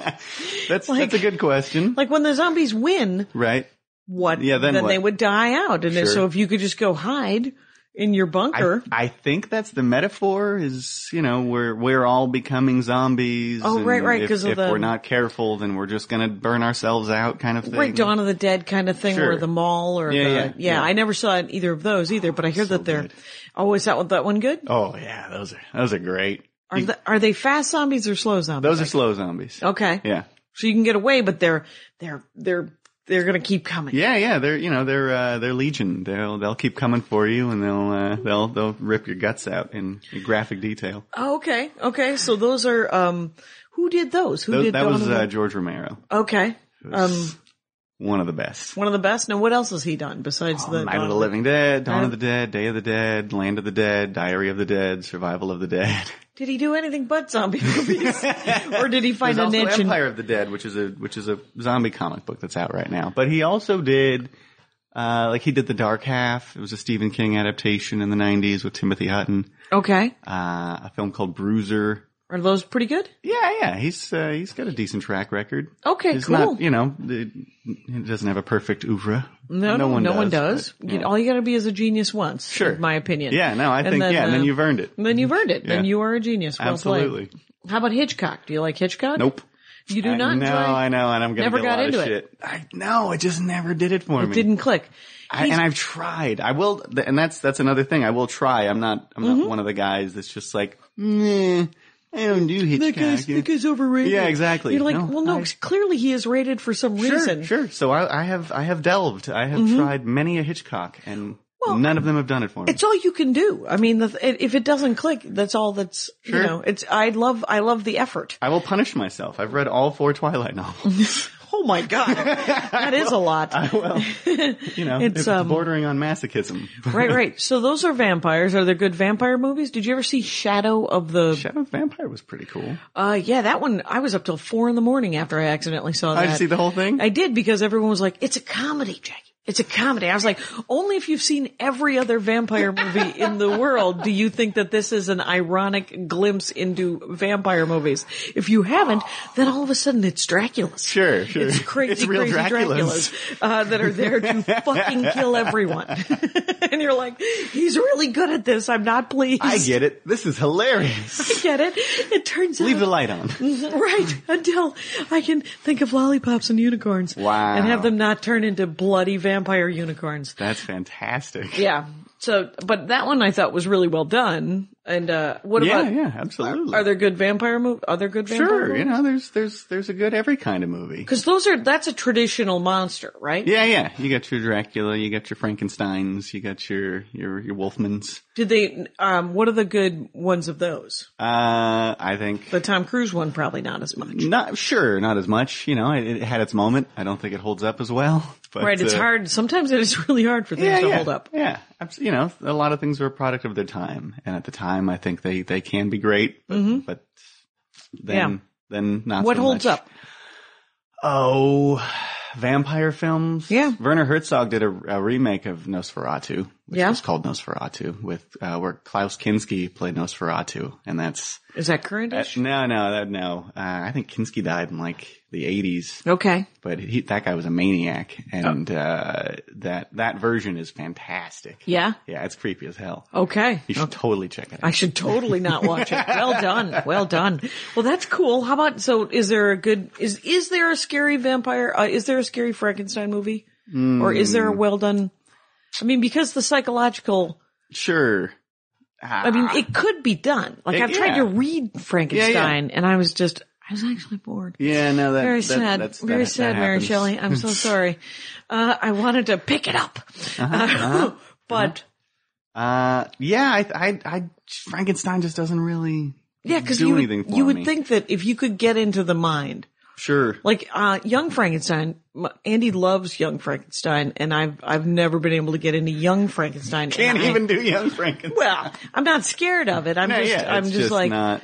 Speaker 4: That's,
Speaker 2: like-
Speaker 4: that's a good question.
Speaker 2: Like when the zombies win,
Speaker 4: right.
Speaker 2: what?
Speaker 4: Yeah, then what?
Speaker 2: they would die out, and
Speaker 4: Sure.
Speaker 2: so if you could just go hide in your bunker,
Speaker 4: I think that's the metaphor is, you know, we're, we're all becoming zombies.
Speaker 2: Oh,
Speaker 4: and
Speaker 2: right, right,
Speaker 4: If,
Speaker 2: 'cause of
Speaker 4: if
Speaker 2: the-
Speaker 4: we're not careful, then we're just going to burn ourselves out kind of thing.
Speaker 2: right? Dawn of the Dead kind of thing, or
Speaker 4: Sure.
Speaker 2: the mall, or
Speaker 4: Yeah,
Speaker 2: the,
Speaker 4: yeah, yeah.
Speaker 2: I never saw either of those either, but I hear that they're.
Speaker 4: good.
Speaker 2: Oh, is that one- that one good?
Speaker 4: Oh yeah. Those are, those are great.
Speaker 2: Are, the, are they fast zombies or slow zombies?
Speaker 4: Those are slow zombies.
Speaker 2: okay.
Speaker 4: Yeah.
Speaker 2: So you can get away, but they're they're they're they're gonna keep coming.
Speaker 4: Yeah, yeah, they're you know they're uh, they're legion. They'll they'll keep coming for you, and they'll uh, they'll they'll rip your guts out in graphic detail.
Speaker 2: Oh, okay. Okay. So those are um who did those? Who
Speaker 4: Those,
Speaker 2: did
Speaker 4: that
Speaker 2: Dawn
Speaker 4: was
Speaker 2: of the-
Speaker 4: uh, George Romero,
Speaker 2: Okay. Um
Speaker 4: one of the best.
Speaker 2: one of the best. Now what else has he done besides the
Speaker 4: Um, Night
Speaker 2: Dawn
Speaker 4: of the Living Dead, Dawn of the Dead, Day of the Dead, Land of the Dead, Diary of the Dead, Survival of the Dead.
Speaker 2: Did he do anything but zombie [laughs] movies?
Speaker 4: [laughs]
Speaker 2: or did he find
Speaker 4: There's
Speaker 2: a
Speaker 4: also
Speaker 2: niche in
Speaker 4: Empire of the Dead, which is a which is a zombie comic book that's out right now. But he also did. Uh, like he did the Dark Half. It was a Stephen King adaptation in the '90s with Timothy Hutton.
Speaker 2: Okay.
Speaker 4: Uh, a film called Bruiser,
Speaker 2: Are those pretty good?
Speaker 4: Yeah, yeah, he's uh, he's got a decent track record.
Speaker 2: Okay,
Speaker 4: he's
Speaker 2: cool.
Speaker 4: Not, you know, the- he doesn't have a perfect oeuvre.
Speaker 2: No, no, no one does.
Speaker 4: but,
Speaker 2: You-
Speaker 4: yeah.
Speaker 2: All you got to be is a genius once,
Speaker 4: Sure.
Speaker 2: in my opinion.
Speaker 4: Yeah, no, I
Speaker 2: And
Speaker 4: think
Speaker 2: then,
Speaker 4: yeah, and then
Speaker 2: uh,
Speaker 4: you've earned it.
Speaker 2: Then you've earned it. Then
Speaker 4: Yeah.
Speaker 2: you are a genius. Well
Speaker 4: Absolutely.
Speaker 2: played. How about Hitchcock? Do you like Hitchcock?
Speaker 4: Nope.
Speaker 2: You do not.
Speaker 4: I know,
Speaker 2: enjoy-
Speaker 4: I know, and I'm gonna
Speaker 2: Never
Speaker 4: get a
Speaker 2: got
Speaker 4: lot
Speaker 2: into
Speaker 4: of
Speaker 2: it.
Speaker 4: shit. I know, it just never did it for me.
Speaker 2: Didn't click.
Speaker 4: I, and I've tried. I will, th- and that's that's another thing. I will try. I'm not. I'm
Speaker 2: Mm-hmm.
Speaker 4: not one of the guys that's just like, nah, I don't do Hitchcock.
Speaker 2: That guy's, that guy's overrated.
Speaker 4: Yeah, exactly.
Speaker 2: You're like,
Speaker 4: No,
Speaker 2: well, no,
Speaker 4: I-
Speaker 2: clearly he is rated for some reason. Mm-hmm.
Speaker 4: Sure, sure. So I, I have I have delved. I have tried many a Hitchcock, and
Speaker 2: Well,
Speaker 4: none of them have done it for me.
Speaker 2: It's all you can do. I mean, the, if it doesn't click, that's all that's,
Speaker 4: Sure.
Speaker 2: you know, it's, I love, I love the effort.
Speaker 4: I will punish myself. I've read all four Twilight novels. [laughs]
Speaker 2: Oh my God. that is a lot.
Speaker 4: well, you know,
Speaker 2: It's,
Speaker 4: it's,
Speaker 2: um,
Speaker 4: bordering on masochism.
Speaker 2: right, right. So those are vampires. Are there good vampire movies? Did you ever see Shadow of the,
Speaker 4: Shadow of the Vampire was pretty cool.
Speaker 2: uh, yeah, that one, I was up till four in the morning after I accidentally saw
Speaker 4: I
Speaker 2: that.
Speaker 4: just see the whole thing.
Speaker 2: I did because everyone was like, it's a comedy, Jackie. It's a comedy. I was like, only if you've seen every other vampire movie in the world do you think that this is an ironic glimpse into vampire movies. If you haven't, then all of a sudden it's Dracula's.
Speaker 4: Sure, sure.
Speaker 2: It's crazy,
Speaker 4: It's real
Speaker 2: crazy Draculas,
Speaker 4: Draculas.
Speaker 2: uh, that are there
Speaker 4: [laughs]
Speaker 2: to fucking kill everyone. [laughs] and you're like, he's really good at this. I'm not pleased.
Speaker 4: I get it. This is hilarious.
Speaker 2: I [laughs] get it. It turns out
Speaker 4: Leave the light on.
Speaker 2: [laughs]
Speaker 4: [laughs]
Speaker 2: right until I can think of lollipops and unicorns.
Speaker 4: Wow.
Speaker 2: And have them not turn into bloody vampire unicorns.
Speaker 4: That's fantastic.
Speaker 2: Yeah. So, but that one I thought was really well done. And uh what
Speaker 4: yeah,
Speaker 2: about?
Speaker 4: yeah, absolutely.
Speaker 2: Are there good vampire movies? Are there good vampire
Speaker 4: sure, you know, there's there's there's a good every kind of movie.
Speaker 2: Because those are that's a traditional monster, right?
Speaker 4: Yeah, yeah. You got your Dracula, you got your Frankenstein's, you got your your your Wolfmans.
Speaker 2: Did they? Um, what are the good ones of those?
Speaker 4: Uh, I think
Speaker 2: The Tom Cruise one probably not as much.
Speaker 4: not sure, not as much. You know, it, it had its moment. I don't think it holds up as well. But,
Speaker 2: right? It's
Speaker 4: uh,
Speaker 2: hard. Sometimes it is [laughs] really hard for things
Speaker 4: Yeah,
Speaker 2: to
Speaker 4: yeah,
Speaker 2: hold up.
Speaker 4: Yeah, Abs- you know, a lot of things were a product of their time, and at the time, I think they they can be great, but, but then
Speaker 2: Mm-hmm. Yeah.
Speaker 4: then not.
Speaker 2: What
Speaker 4: so
Speaker 2: holds
Speaker 4: much.
Speaker 2: up?
Speaker 4: Oh, vampire films.
Speaker 2: Yeah.
Speaker 4: Werner Herzog did a, a remake of Nosferatu, which
Speaker 2: Yeah.
Speaker 4: was called Nosferatu, with uh, where Klaus Kinski played Nosferatu, and that's
Speaker 2: Is that
Speaker 4: Uh,
Speaker 2: currentish?
Speaker 4: no, no, that no. Uh, I think Kinski died in like the '80s.
Speaker 2: okay.
Speaker 4: but he, that guy was a maniac, and uh, that that version is fantastic.
Speaker 2: Yeah.
Speaker 4: yeah, it's creepy as hell.
Speaker 2: Okay.
Speaker 4: you should totally check it
Speaker 2: I
Speaker 4: out.
Speaker 2: should totally not watch
Speaker 4: [laughs]
Speaker 2: it. Well done. Well done. Well, that's cool. How about, so is there a good, is, is there a scary vampire, uh, is there a scary Frankenstein movie? Or is
Speaker 4: Hmm.
Speaker 2: there a well done, I mean, because the psychological,
Speaker 4: sure.
Speaker 2: I mean, it could be done. Like
Speaker 4: Ah. It-
Speaker 2: I've tried to
Speaker 4: yeah.
Speaker 2: read Frankenstein and I was just, I was actually bored.
Speaker 4: Yeah, no, that
Speaker 2: Very
Speaker 4: that-
Speaker 2: sad.
Speaker 4: That's, that-
Speaker 2: Very
Speaker 4: that
Speaker 2: sad, Mary
Speaker 4: happens.
Speaker 2: Shelley. I'm so sorry. Uh, I wanted to pick it up.
Speaker 4: Uh-huh,
Speaker 2: Uh, [laughs] but
Speaker 4: Uh, yeah, I, I, I, Frankenstein just doesn't really
Speaker 2: Yeah, because
Speaker 4: do
Speaker 2: you would,
Speaker 4: anything for
Speaker 2: you would
Speaker 4: me.
Speaker 2: think that if you could get into the mind
Speaker 4: Sure.
Speaker 2: Like uh, Young Frankenstein, m- Andy loves Young Frankenstein, and I've I've never been able to get into Young Frankenstein. and
Speaker 4: Can't
Speaker 2: I-
Speaker 4: even do Young Frankenstein.
Speaker 2: [laughs] Well, I'm not scared of it. I'm
Speaker 4: No,
Speaker 2: just
Speaker 4: yeah,
Speaker 2: I'm
Speaker 4: it's
Speaker 2: just, like
Speaker 4: not.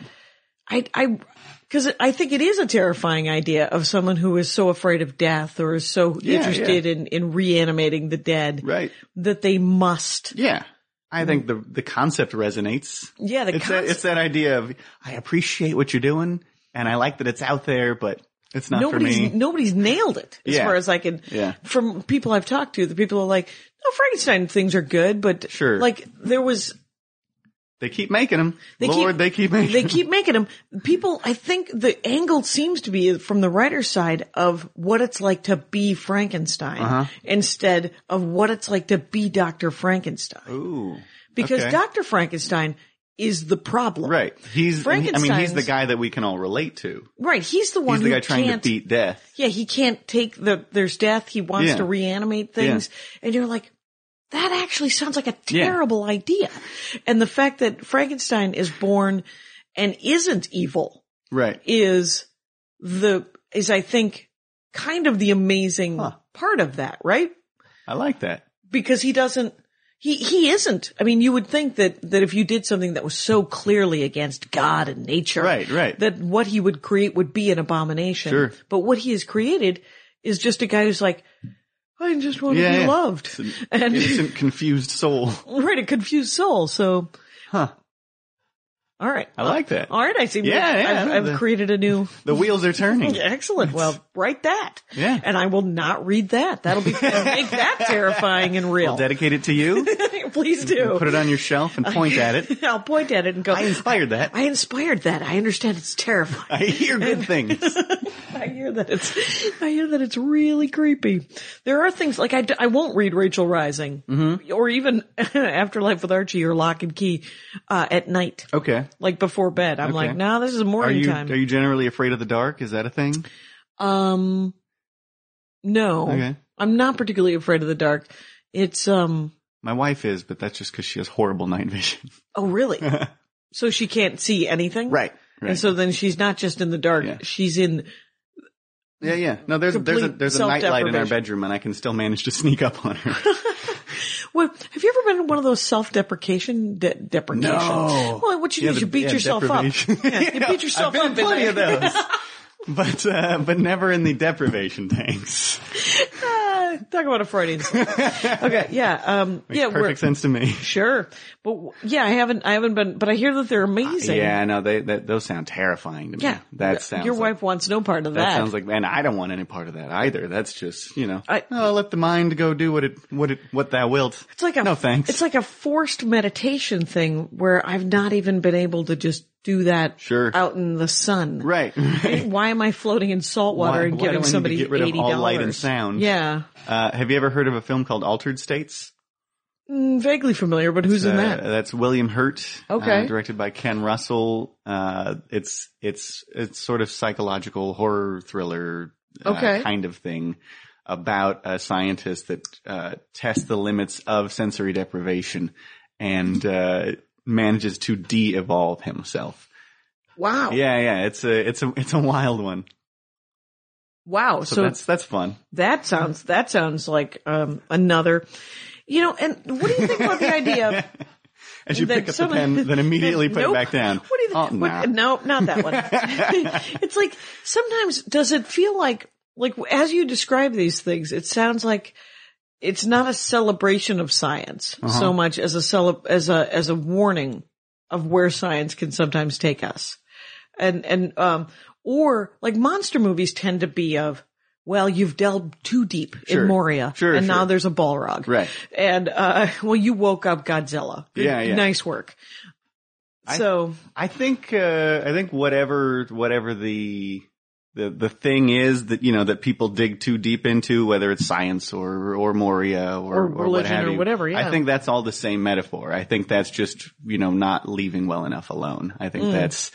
Speaker 2: I I because I think it is a terrifying idea of someone who is so afraid of death or is so
Speaker 4: Yeah,
Speaker 2: interested
Speaker 4: yeah.
Speaker 2: in in reanimating the dead
Speaker 4: Right.
Speaker 2: that they must.
Speaker 4: Yeah. I think the the concept resonates.
Speaker 2: Mm-hmm. Yeah, the
Speaker 4: it's that,
Speaker 2: concept-
Speaker 4: it's that idea of I appreciate what you're doing and I like that it's out there, but it's not
Speaker 2: nobody's
Speaker 4: for me.
Speaker 2: nobody's nailed it as
Speaker 4: Yeah.
Speaker 2: far as I can.
Speaker 4: Yeah.
Speaker 2: From people I've talked to, the people are like, "No, Frankenstein things are good, but
Speaker 4: Sure.
Speaker 2: like there was
Speaker 4: they keep making them.
Speaker 2: They keep-
Speaker 4: Lord, they keep making.
Speaker 2: they
Speaker 4: 'em.
Speaker 2: keep making them. People, I think the angle seems to be from the writer's side of what it's like to be Frankenstein
Speaker 4: Uh-huh.
Speaker 2: instead of what it's like to be Dr. Frankenstein.
Speaker 4: Ooh.
Speaker 2: Because
Speaker 4: Oh, okay.
Speaker 2: Dr. Frankenstein is the problem.
Speaker 4: Right. He's. and he- I mean, he's
Speaker 2: Frankenstein's-
Speaker 4: the guy that we can all relate to.
Speaker 2: Right. He's the one
Speaker 4: He's the
Speaker 2: who
Speaker 4: guy trying to
Speaker 2: can't,
Speaker 4: beat death.
Speaker 2: Yeah, he can't take the, there's death. He wants
Speaker 4: Yeah.
Speaker 2: to reanimate things. And you're like, that actually sounds like a
Speaker 4: Yeah.
Speaker 2: terrible idea. And the fact that Frankenstein is born and isn't evil
Speaker 4: Right.
Speaker 2: is the is I think kind of the amazing
Speaker 4: Huh.
Speaker 2: part of that, right?
Speaker 4: I like that.
Speaker 2: Because he doesn't he he isn't. I mean, you would think that that if you did something that was so clearly against God and nature,
Speaker 4: Right, right.
Speaker 2: that what he would create would be an abomination.
Speaker 4: Sure.
Speaker 2: But what he has created is just a guy who's like I just want to
Speaker 4: Yeah,
Speaker 2: be
Speaker 4: yeah.
Speaker 2: loved. [laughs] and
Speaker 4: Innocent, confused soul.
Speaker 2: right, a confused soul. So
Speaker 4: Huh.
Speaker 2: all right.
Speaker 4: I like that.
Speaker 2: All right, I see.
Speaker 4: Yeah, yeah,
Speaker 2: I've, I've
Speaker 4: the-
Speaker 2: created a
Speaker 4: [laughs]
Speaker 2: new
Speaker 4: The wheels
Speaker 2: [laughs]
Speaker 4: are turning.
Speaker 2: Excellent. Well, write that.
Speaker 4: Yeah.
Speaker 2: And I will not read that. That'll
Speaker 4: [laughs]
Speaker 2: be make that terrifying and real.
Speaker 4: I'll dedicate it to you.
Speaker 2: [laughs] Please
Speaker 4: [laughs]
Speaker 2: do.
Speaker 4: Put it on your shelf and point
Speaker 2: [laughs]
Speaker 4: at it.
Speaker 2: I'll point at it and go.
Speaker 4: I inspired that.
Speaker 2: I inspired that. I understand it's terrifying.
Speaker 4: I hear good things.
Speaker 2: [laughs] I hear that it's. I hear that it's really creepy. There are things like I, d- I won't read Rachel Rising
Speaker 4: Mm-hmm.
Speaker 2: or even [laughs] Afterlife with Archie or Lock and Key uh, at night,
Speaker 4: Okay.
Speaker 2: like before bed. I'm like, no, this is
Speaker 4: Are
Speaker 2: morning
Speaker 4: you
Speaker 2: time.
Speaker 4: are you generally afraid of the dark? Is that a thing?
Speaker 2: Um, no,
Speaker 4: Okay.
Speaker 2: I'm not particularly afraid of the dark. It's um.
Speaker 4: My wife is, but that's just because she has horrible night vision.
Speaker 2: Oh, really? so she can't see anything,
Speaker 4: Right.
Speaker 2: And so then she's not just in the dark;
Speaker 4: Yeah.
Speaker 2: she's in.
Speaker 4: [laughs] yeah, yeah. No, there's there's a
Speaker 2: Complete
Speaker 4: there's a night light in our
Speaker 2: self-deprivation.
Speaker 4: bedroom, and I can still manage to sneak up on her.
Speaker 2: Well, have you ever been in one of those self-deprecation de- deprecations?
Speaker 4: [laughs] No.
Speaker 2: Well, what you
Speaker 4: Yeah,
Speaker 2: do is you
Speaker 4: the-
Speaker 2: beat
Speaker 4: yeah,
Speaker 2: yourself
Speaker 4: deprivation.
Speaker 2: up. Yeah, you beat yourself
Speaker 4: [laughs] I've
Speaker 2: up. in
Speaker 4: been in plenty
Speaker 2: there.
Speaker 4: of those,
Speaker 2: [laughs]
Speaker 4: but uh, but never in the deprivation tanks.
Speaker 2: Ah, Talk about a Freudian.
Speaker 4: [laughs]
Speaker 2: slip. okay, yeah, um, yeah, we're
Speaker 4: Perfect sense to me.
Speaker 2: sure, but w- yeah, I haven't, I haven't been, but I hear that they're amazing.
Speaker 4: Uh, Yeah, no, they that, those sound terrifying to me.
Speaker 2: yeah.
Speaker 4: that sounds
Speaker 2: your
Speaker 4: like-
Speaker 2: wife wants no part of
Speaker 4: That,
Speaker 2: that.
Speaker 4: sounds like, and I don't want any part of that either. That's just, you know,
Speaker 2: I-
Speaker 4: oh, let the mind go do what it, what it, what thou wilt.
Speaker 2: It's like a
Speaker 4: no thanks.
Speaker 2: It's like a forced meditation thing where I've not even been able to just do that
Speaker 4: Sure.
Speaker 2: out in the sun.
Speaker 4: right. right.
Speaker 2: Why am I floating in salt water
Speaker 4: Why-
Speaker 2: and
Speaker 4: why do I
Speaker 2: giving
Speaker 4: need to
Speaker 2: somebody
Speaker 4: get rid of
Speaker 2: eighty
Speaker 4: all
Speaker 2: dollars?
Speaker 4: light and sound?
Speaker 2: Yeah,
Speaker 4: [laughs] Uh, have you ever heard of a film called Altered States?
Speaker 2: Mm, vaguely familiar, but who's in
Speaker 4: Uh,
Speaker 2: that?
Speaker 4: That's William Hurt.
Speaker 2: Okay.
Speaker 4: Uh, directed by Ken Russell. Uh, it's, it's, it's sort of psychological horror thriller uh,
Speaker 2: Okay.
Speaker 4: kind of thing about a scientist that, uh, tests the limits of sensory deprivation and, uh, manages to de-evolve himself.
Speaker 2: Wow,
Speaker 4: Yeah, yeah, it's a, it's a, it's a wild one.
Speaker 2: wow.
Speaker 4: So,
Speaker 2: So,
Speaker 4: that's, that's fun.
Speaker 2: that sounds that sounds like um, another. You know, and what do you think about the idea of
Speaker 4: As you
Speaker 2: that
Speaker 4: pick up the
Speaker 2: someone-
Speaker 4: pen, then immediately put
Speaker 2: Nope.
Speaker 4: it back down.
Speaker 2: [laughs] What do you think?
Speaker 4: Oh,
Speaker 2: what-
Speaker 4: nah.
Speaker 2: No, not that
Speaker 4: [laughs]
Speaker 2: one. [laughs] it's like sometimes does it feel like like as you describe these things, it sounds like it's not a celebration of science
Speaker 4: Uh-huh.
Speaker 2: so much as a cele- as a as a warning of where science can sometimes take us, and and um or like monster movies tend to be of. Well, you've delved too deep
Speaker 4: Sure.
Speaker 2: in Moria,
Speaker 4: Sure,
Speaker 2: and now
Speaker 4: sure.
Speaker 2: there's a Balrog,
Speaker 4: Right.
Speaker 2: And uh, [laughs] well, you woke up Godzilla. Good-
Speaker 4: Yeah, yeah.
Speaker 2: Nice work. So
Speaker 4: I think uh, I think whatever whatever the the the thing is that you know that people dig too deep into, whether it's science or or Moria or,
Speaker 2: Or
Speaker 4: what
Speaker 2: religion
Speaker 4: have
Speaker 2: or
Speaker 4: you,
Speaker 2: whatever, yeah.
Speaker 4: I think that's all the same metaphor. I think that's just you know not leaving well enough alone. I
Speaker 2: Mm.
Speaker 4: think that's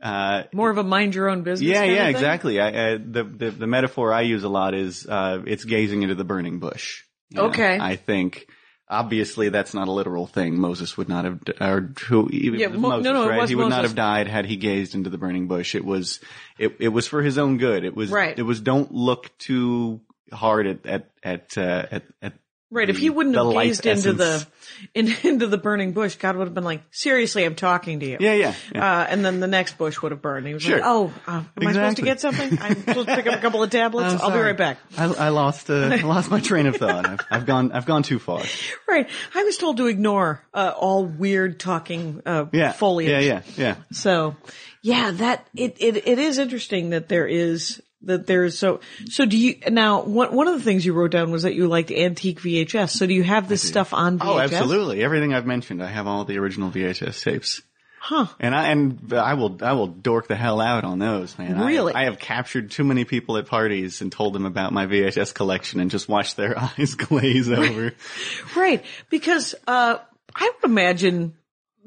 Speaker 4: uh,
Speaker 2: more of a mind your own business.
Speaker 4: yeah
Speaker 2: kind of
Speaker 4: yeah
Speaker 2: thing?
Speaker 4: exactly. I, uh, the, the the metaphor I use a lot is uh, it's gazing into the burning bush. you know?
Speaker 2: Okay.
Speaker 4: I think. Obviously, that's not a literal thing. Moses would not have, or who,
Speaker 2: Yeah,
Speaker 4: yeah,
Speaker 2: Mo-
Speaker 4: Moses,
Speaker 2: no, no, it
Speaker 4: right?
Speaker 2: was
Speaker 4: he would
Speaker 2: Moses.
Speaker 4: not have died had he gazed into the burning bush. It was, it, it was for his own good. It was,
Speaker 2: Right.
Speaker 4: it was don't look too hard at, at, at, uh, at, at
Speaker 2: Right. If
Speaker 4: the-
Speaker 2: he wouldn't
Speaker 4: the
Speaker 2: have
Speaker 4: life
Speaker 2: gazed into the
Speaker 4: essence.
Speaker 2: in, [laughs] into the burning bush, God would have been like, "Seriously, I'm talking to you."
Speaker 4: yeah, yeah. yeah.
Speaker 2: Uh, and then the next bush would have burned. He was
Speaker 4: Sure.
Speaker 2: like, "Oh, uh, am I supposed to
Speaker 4: Exactly.
Speaker 2: get something? I'm supposed to pick up a couple of tablets.
Speaker 4: I'm
Speaker 2: I'll be
Speaker 4: sorry.
Speaker 2: right back."
Speaker 4: I, I lost, uh, I lost my train of thought. I've, I've gone, I've gone too far.
Speaker 2: Right. I was told to ignore uh, all weird talking uh,
Speaker 4: Yeah.
Speaker 2: foliage.
Speaker 4: Yeah, yeah, yeah.
Speaker 2: So, yeah, that it, it it is interesting that there is that there is so so. Do you now one one of the things you wrote down was that you liked antique VHS. So do you have this stuff on VHS?
Speaker 4: Oh, absolutely. Everything I've mentioned, I have all the original VHS tapes. Huh. And I and I will I will dork the hell out on those, man. I-
Speaker 2: Really?
Speaker 4: I, have captured too many people at parties and told them about my VHS collection and just watched their [laughs] eyes glaze over.
Speaker 2: [laughs] Right, because uh, I would imagine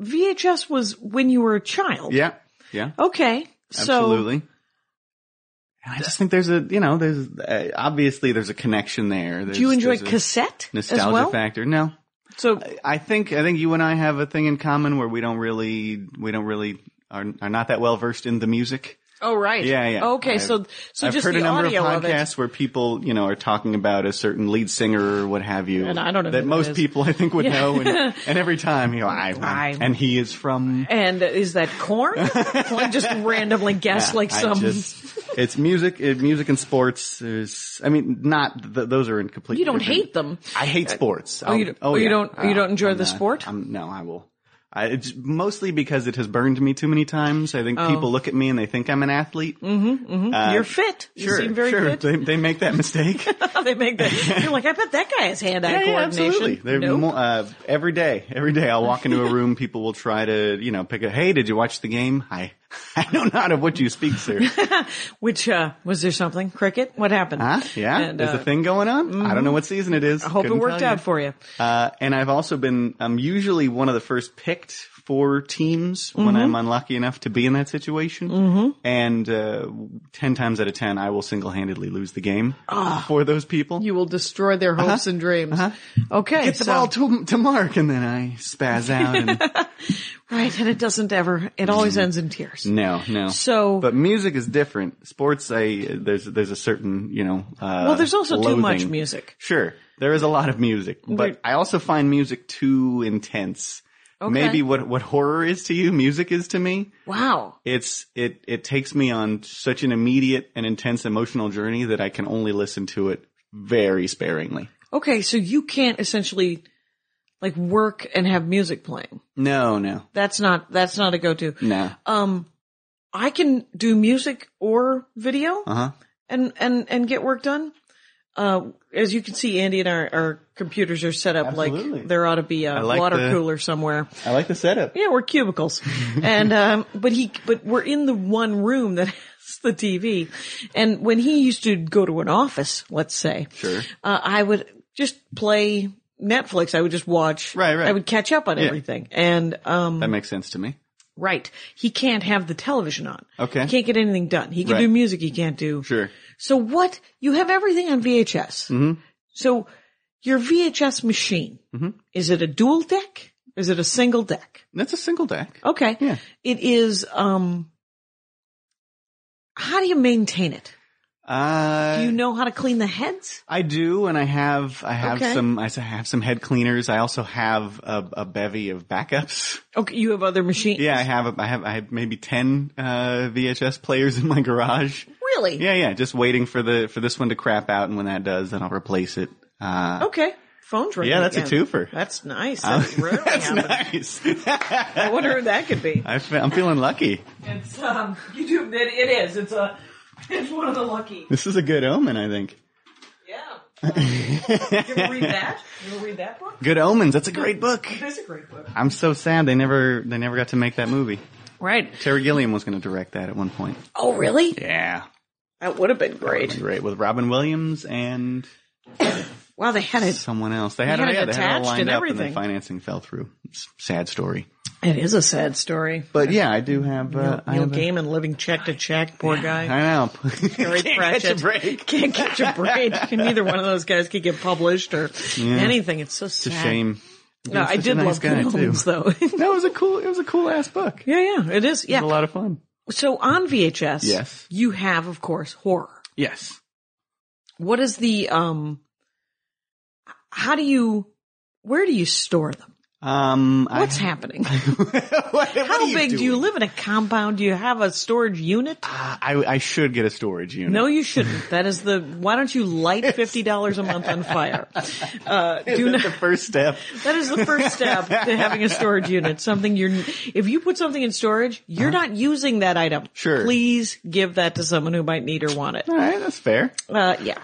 Speaker 2: VHS was when you were a child.
Speaker 4: yeah. Yeah.
Speaker 2: Okay. Oh, So,
Speaker 4: Absolutely. and I just think there's a, you know, there's uh, obviously there's a connection there. There's,
Speaker 2: do you enjoy
Speaker 4: there's a
Speaker 2: cassette
Speaker 4: nostalgia
Speaker 2: as well?
Speaker 4: factor? No.
Speaker 2: So,
Speaker 4: I think I think you and I have a thing in common where we don't really we don't really are are not that well versed in the music.
Speaker 2: oh right,
Speaker 4: Yeah, yeah.
Speaker 2: Okay,
Speaker 4: I've-
Speaker 2: so so
Speaker 4: I've
Speaker 2: just
Speaker 4: heard
Speaker 2: the
Speaker 4: a number
Speaker 2: audio
Speaker 4: of
Speaker 2: of it.
Speaker 4: podcasts where people, you know, are talking about a certain lead singer or what have you.
Speaker 2: And I don't know
Speaker 4: that
Speaker 2: who that
Speaker 4: most
Speaker 2: is.
Speaker 4: people I think would know. And, [laughs] and every time, you know, I, I-
Speaker 2: [laughs] I-
Speaker 4: and he is from.
Speaker 2: And is that
Speaker 4: [laughs]
Speaker 2: corn? corn just randomly guessed like
Speaker 4: I
Speaker 2: some.
Speaker 4: just- it's music, it, music and sports. There's, I mean, not th- those are in complete.
Speaker 2: you don't
Speaker 4: different-
Speaker 2: hate them.
Speaker 4: I hate sports. Oh, Uh,
Speaker 2: you don't- oh, you don't- you don't enjoy the sport?
Speaker 4: I'm, no, I will. I, it's mostly because it has burned me too many times. I
Speaker 2: Oh.
Speaker 4: think people look at me and they think I'm an athlete.
Speaker 2: You're fit. Mm, You
Speaker 4: Uh, Sure,
Speaker 2: seem very
Speaker 4: sure.
Speaker 2: fit.
Speaker 4: They, they make that mistake.
Speaker 2: [laughs] Oh, they make that. You're like, I bet that guy has hand-eye
Speaker 4: Yeah, yeah,
Speaker 2: coordination.
Speaker 4: absolutely. They're
Speaker 2: Nope.
Speaker 4: mo- uh, every day, every day I'll walk into a room, people will try to, you know, pick a, hey, did you watch the game? I, [laughs] I don't know of what you speak,
Speaker 2: [laughs]
Speaker 4: sir.
Speaker 2: Which uh, was there something cricket? What happened?
Speaker 4: huh? Yeah?
Speaker 2: And,
Speaker 4: There's
Speaker 2: uh, mm-hmm.
Speaker 4: a thing going on? I don't know what season it is.
Speaker 2: I hope it worked out
Speaker 4: you.
Speaker 2: for you.
Speaker 4: Uh, and I've also been, I'm usually one of the first picked for teams when
Speaker 2: Mm-hmm.
Speaker 4: I'm unlucky enough to be in that situation. And, uh, 10 times out of 10, I will single-handedly lose the game for those people.
Speaker 2: Ah. You will destroy their hopes and dreams. Okay,
Speaker 4: Uh-huh. Get the
Speaker 2: so-
Speaker 4: ball to, to Mark and then I spaz out and
Speaker 2: right, and it doesn't ever. It
Speaker 4: Mm.
Speaker 2: always ends in tears.
Speaker 4: No, no.
Speaker 2: So-
Speaker 4: but music is different. Sports, I there's there's a certain you know. Uh,
Speaker 2: Well, there's also too much
Speaker 4: loathing.
Speaker 2: music.
Speaker 4: Sure, there is a lot of music, but I also find music too intense. Maybe what what horror is to you, music is to me.
Speaker 2: Wow.
Speaker 4: It's it it takes me on such an immediate and intense emotional journey that I can only listen to it very sparingly.
Speaker 2: Okay, so you can't essentially like work and have music playing.
Speaker 4: No, no,
Speaker 2: That's not. That's not a go-to.
Speaker 4: no.
Speaker 2: Um, I can do music or video
Speaker 4: Uh-huh.
Speaker 2: and and and get work done. Uh, as you can see, Andy and our, our computers are set up
Speaker 4: Absolutely.
Speaker 2: like there ought to be a
Speaker 4: like
Speaker 2: water
Speaker 4: the-
Speaker 2: cooler somewhere.
Speaker 4: I like the setup.
Speaker 2: Yeah, we're
Speaker 4: [laughs]
Speaker 2: cubicles. and um but he but we're in the one room that [laughs] has the TV. And when he used to go to an office, let's say,
Speaker 4: Sure.
Speaker 2: uh, I would just play Netflix. I would just watch.
Speaker 4: Right, right.
Speaker 2: I would catch up on everything. And um
Speaker 4: That makes sense to me.
Speaker 2: right, he can't have the television on.
Speaker 4: Okay.
Speaker 2: He can't get anything done. He can
Speaker 4: Right.
Speaker 2: do music. He can't do.
Speaker 4: Sure.
Speaker 2: So what? You have everything on VHS. Mm-hmm. So your VHS machine
Speaker 4: Mm-hmm.
Speaker 2: is it a dual deck? Is it a single deck?
Speaker 4: That's a single deck.
Speaker 2: Okay.
Speaker 4: Yeah.
Speaker 2: It is, um, how do you maintain it?
Speaker 4: Uh,
Speaker 2: Do you know how to clean the heads?
Speaker 4: I do, and I have I have
Speaker 2: Okay.
Speaker 4: some I s- have some head cleaners. I also have a, a bevy of backups. [laughs]
Speaker 2: Okay. You have other machines?
Speaker 4: Yeah, I have a, I have I have maybe ten uh, VHS players in my garage.
Speaker 2: Really?
Speaker 4: Yeah, yeah, just waiting for the for this one to crap out, and when that does, then I'll replace it. Uh,
Speaker 2: Okay. Phone's ringing.
Speaker 4: Yeah, that's a
Speaker 2: again.
Speaker 4: twofer. Oh.
Speaker 2: That's nice. That's
Speaker 4: [laughs]
Speaker 2: rarely happens.
Speaker 4: nice.
Speaker 2: I wonder who that could be.
Speaker 4: [laughs] I f- I'm feeling lucky.
Speaker 2: It's, um, you do, it, it is. It's a, it's one of the lucky.
Speaker 4: This is a good omen, I think.
Speaker 2: Yeah. Um, you ever read that? You ever read that book?
Speaker 4: Good omens. That's a great book.
Speaker 2: That's a great book.
Speaker 4: I'm so sad they never they never got to make that movie.
Speaker 2: Right.
Speaker 4: Terry Gilliam was going to direct that at one point.
Speaker 2: Oh, really?
Speaker 4: Yeah.
Speaker 2: That would have been great.
Speaker 4: Great with Robin Williams and
Speaker 2: Wow, they had it.
Speaker 4: someone else. They had,
Speaker 2: had
Speaker 4: it,
Speaker 2: it
Speaker 4: yeah, they had it all
Speaker 2: attached
Speaker 4: lined
Speaker 2: and
Speaker 4: up, and
Speaker 2: everything.
Speaker 4: then financing fell through. It's a sad story.
Speaker 2: It is a sad story.
Speaker 4: But yeah, I do have. Uh, I
Speaker 2: Neil
Speaker 4: have a-
Speaker 2: Gaiman living check to check, poor guy.
Speaker 4: [laughs] I know. [laughs]
Speaker 2: Terry
Speaker 4: Can't catch
Speaker 2: Pratchett.
Speaker 4: a break.
Speaker 2: Can't catch a break.
Speaker 4: [laughs]
Speaker 2: Neither one of those guys could get published or anything. It's so
Speaker 4: It's
Speaker 2: sad.
Speaker 4: a shame.
Speaker 2: No,
Speaker 4: He's
Speaker 2: I
Speaker 4: such a
Speaker 2: did
Speaker 4: nice
Speaker 2: love
Speaker 4: guy,
Speaker 2: Cool
Speaker 4: too.
Speaker 2: Holmes though. [laughs]
Speaker 4: No, it was a cool. It was a cool ass book. It
Speaker 2: yeah, yeah, it is.
Speaker 4: was a
Speaker 2: Yeah.
Speaker 4: lot of fun.
Speaker 2: So on VHS,
Speaker 4: Yes.
Speaker 2: you have, of course, horror.
Speaker 4: Yes.
Speaker 2: What is the um? How do you? Where do you store them?
Speaker 4: Um, I-
Speaker 2: What's happening?
Speaker 4: What- what
Speaker 2: How
Speaker 4: are you
Speaker 2: big do you
Speaker 4: doing?
Speaker 2: live in a compound? Do you have a storage unit?
Speaker 4: I, I should get a storage unit.
Speaker 2: No, you shouldn't. That is the. Why don't you light fifty dollars a month on
Speaker 4: [laughs]
Speaker 2: fire? Uh,
Speaker 4: Is
Speaker 2: do
Speaker 4: that
Speaker 2: not.
Speaker 4: the
Speaker 2: [laughs]
Speaker 4: first step.
Speaker 2: That is the first step
Speaker 4: [laughs]
Speaker 2: to having a storage unit. Something you're, if you put something in storage, you're not using that item.
Speaker 4: Uh-huh. Sure.
Speaker 2: Please give that to someone who might need or want it.
Speaker 4: All right, that's fair.
Speaker 2: Uh, yeah.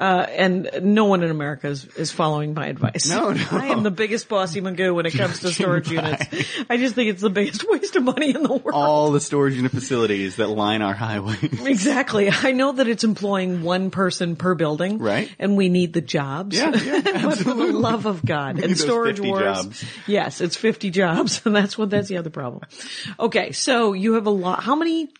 Speaker 2: Uh, and no one in America is, is following my advice.
Speaker 4: No, no.
Speaker 2: [laughs] I am the biggest bossy magoo
Speaker 4: [laughs]
Speaker 2: when it comes to storage units. I just think it's the biggest [laughs] waste of money in the world.
Speaker 4: All the storage unit facilities that line
Speaker 2: [laughs]
Speaker 4: our highways.
Speaker 2: Exactly. I know that it's employing one person per building.
Speaker 4: Right.
Speaker 2: And we need the jobs.
Speaker 4: Yeah,
Speaker 2: [laughs] but
Speaker 4: yeah,
Speaker 2: for the
Speaker 4: absolutely.
Speaker 2: love of God.
Speaker 4: [laughs] We
Speaker 2: and
Speaker 4: need those
Speaker 2: storage
Speaker 4: 50
Speaker 2: wars.
Speaker 4: jobs.
Speaker 2: Yes, it's 50 jobs. [laughs] And that's what, that's the other problem. Okay. So you have a lot. How many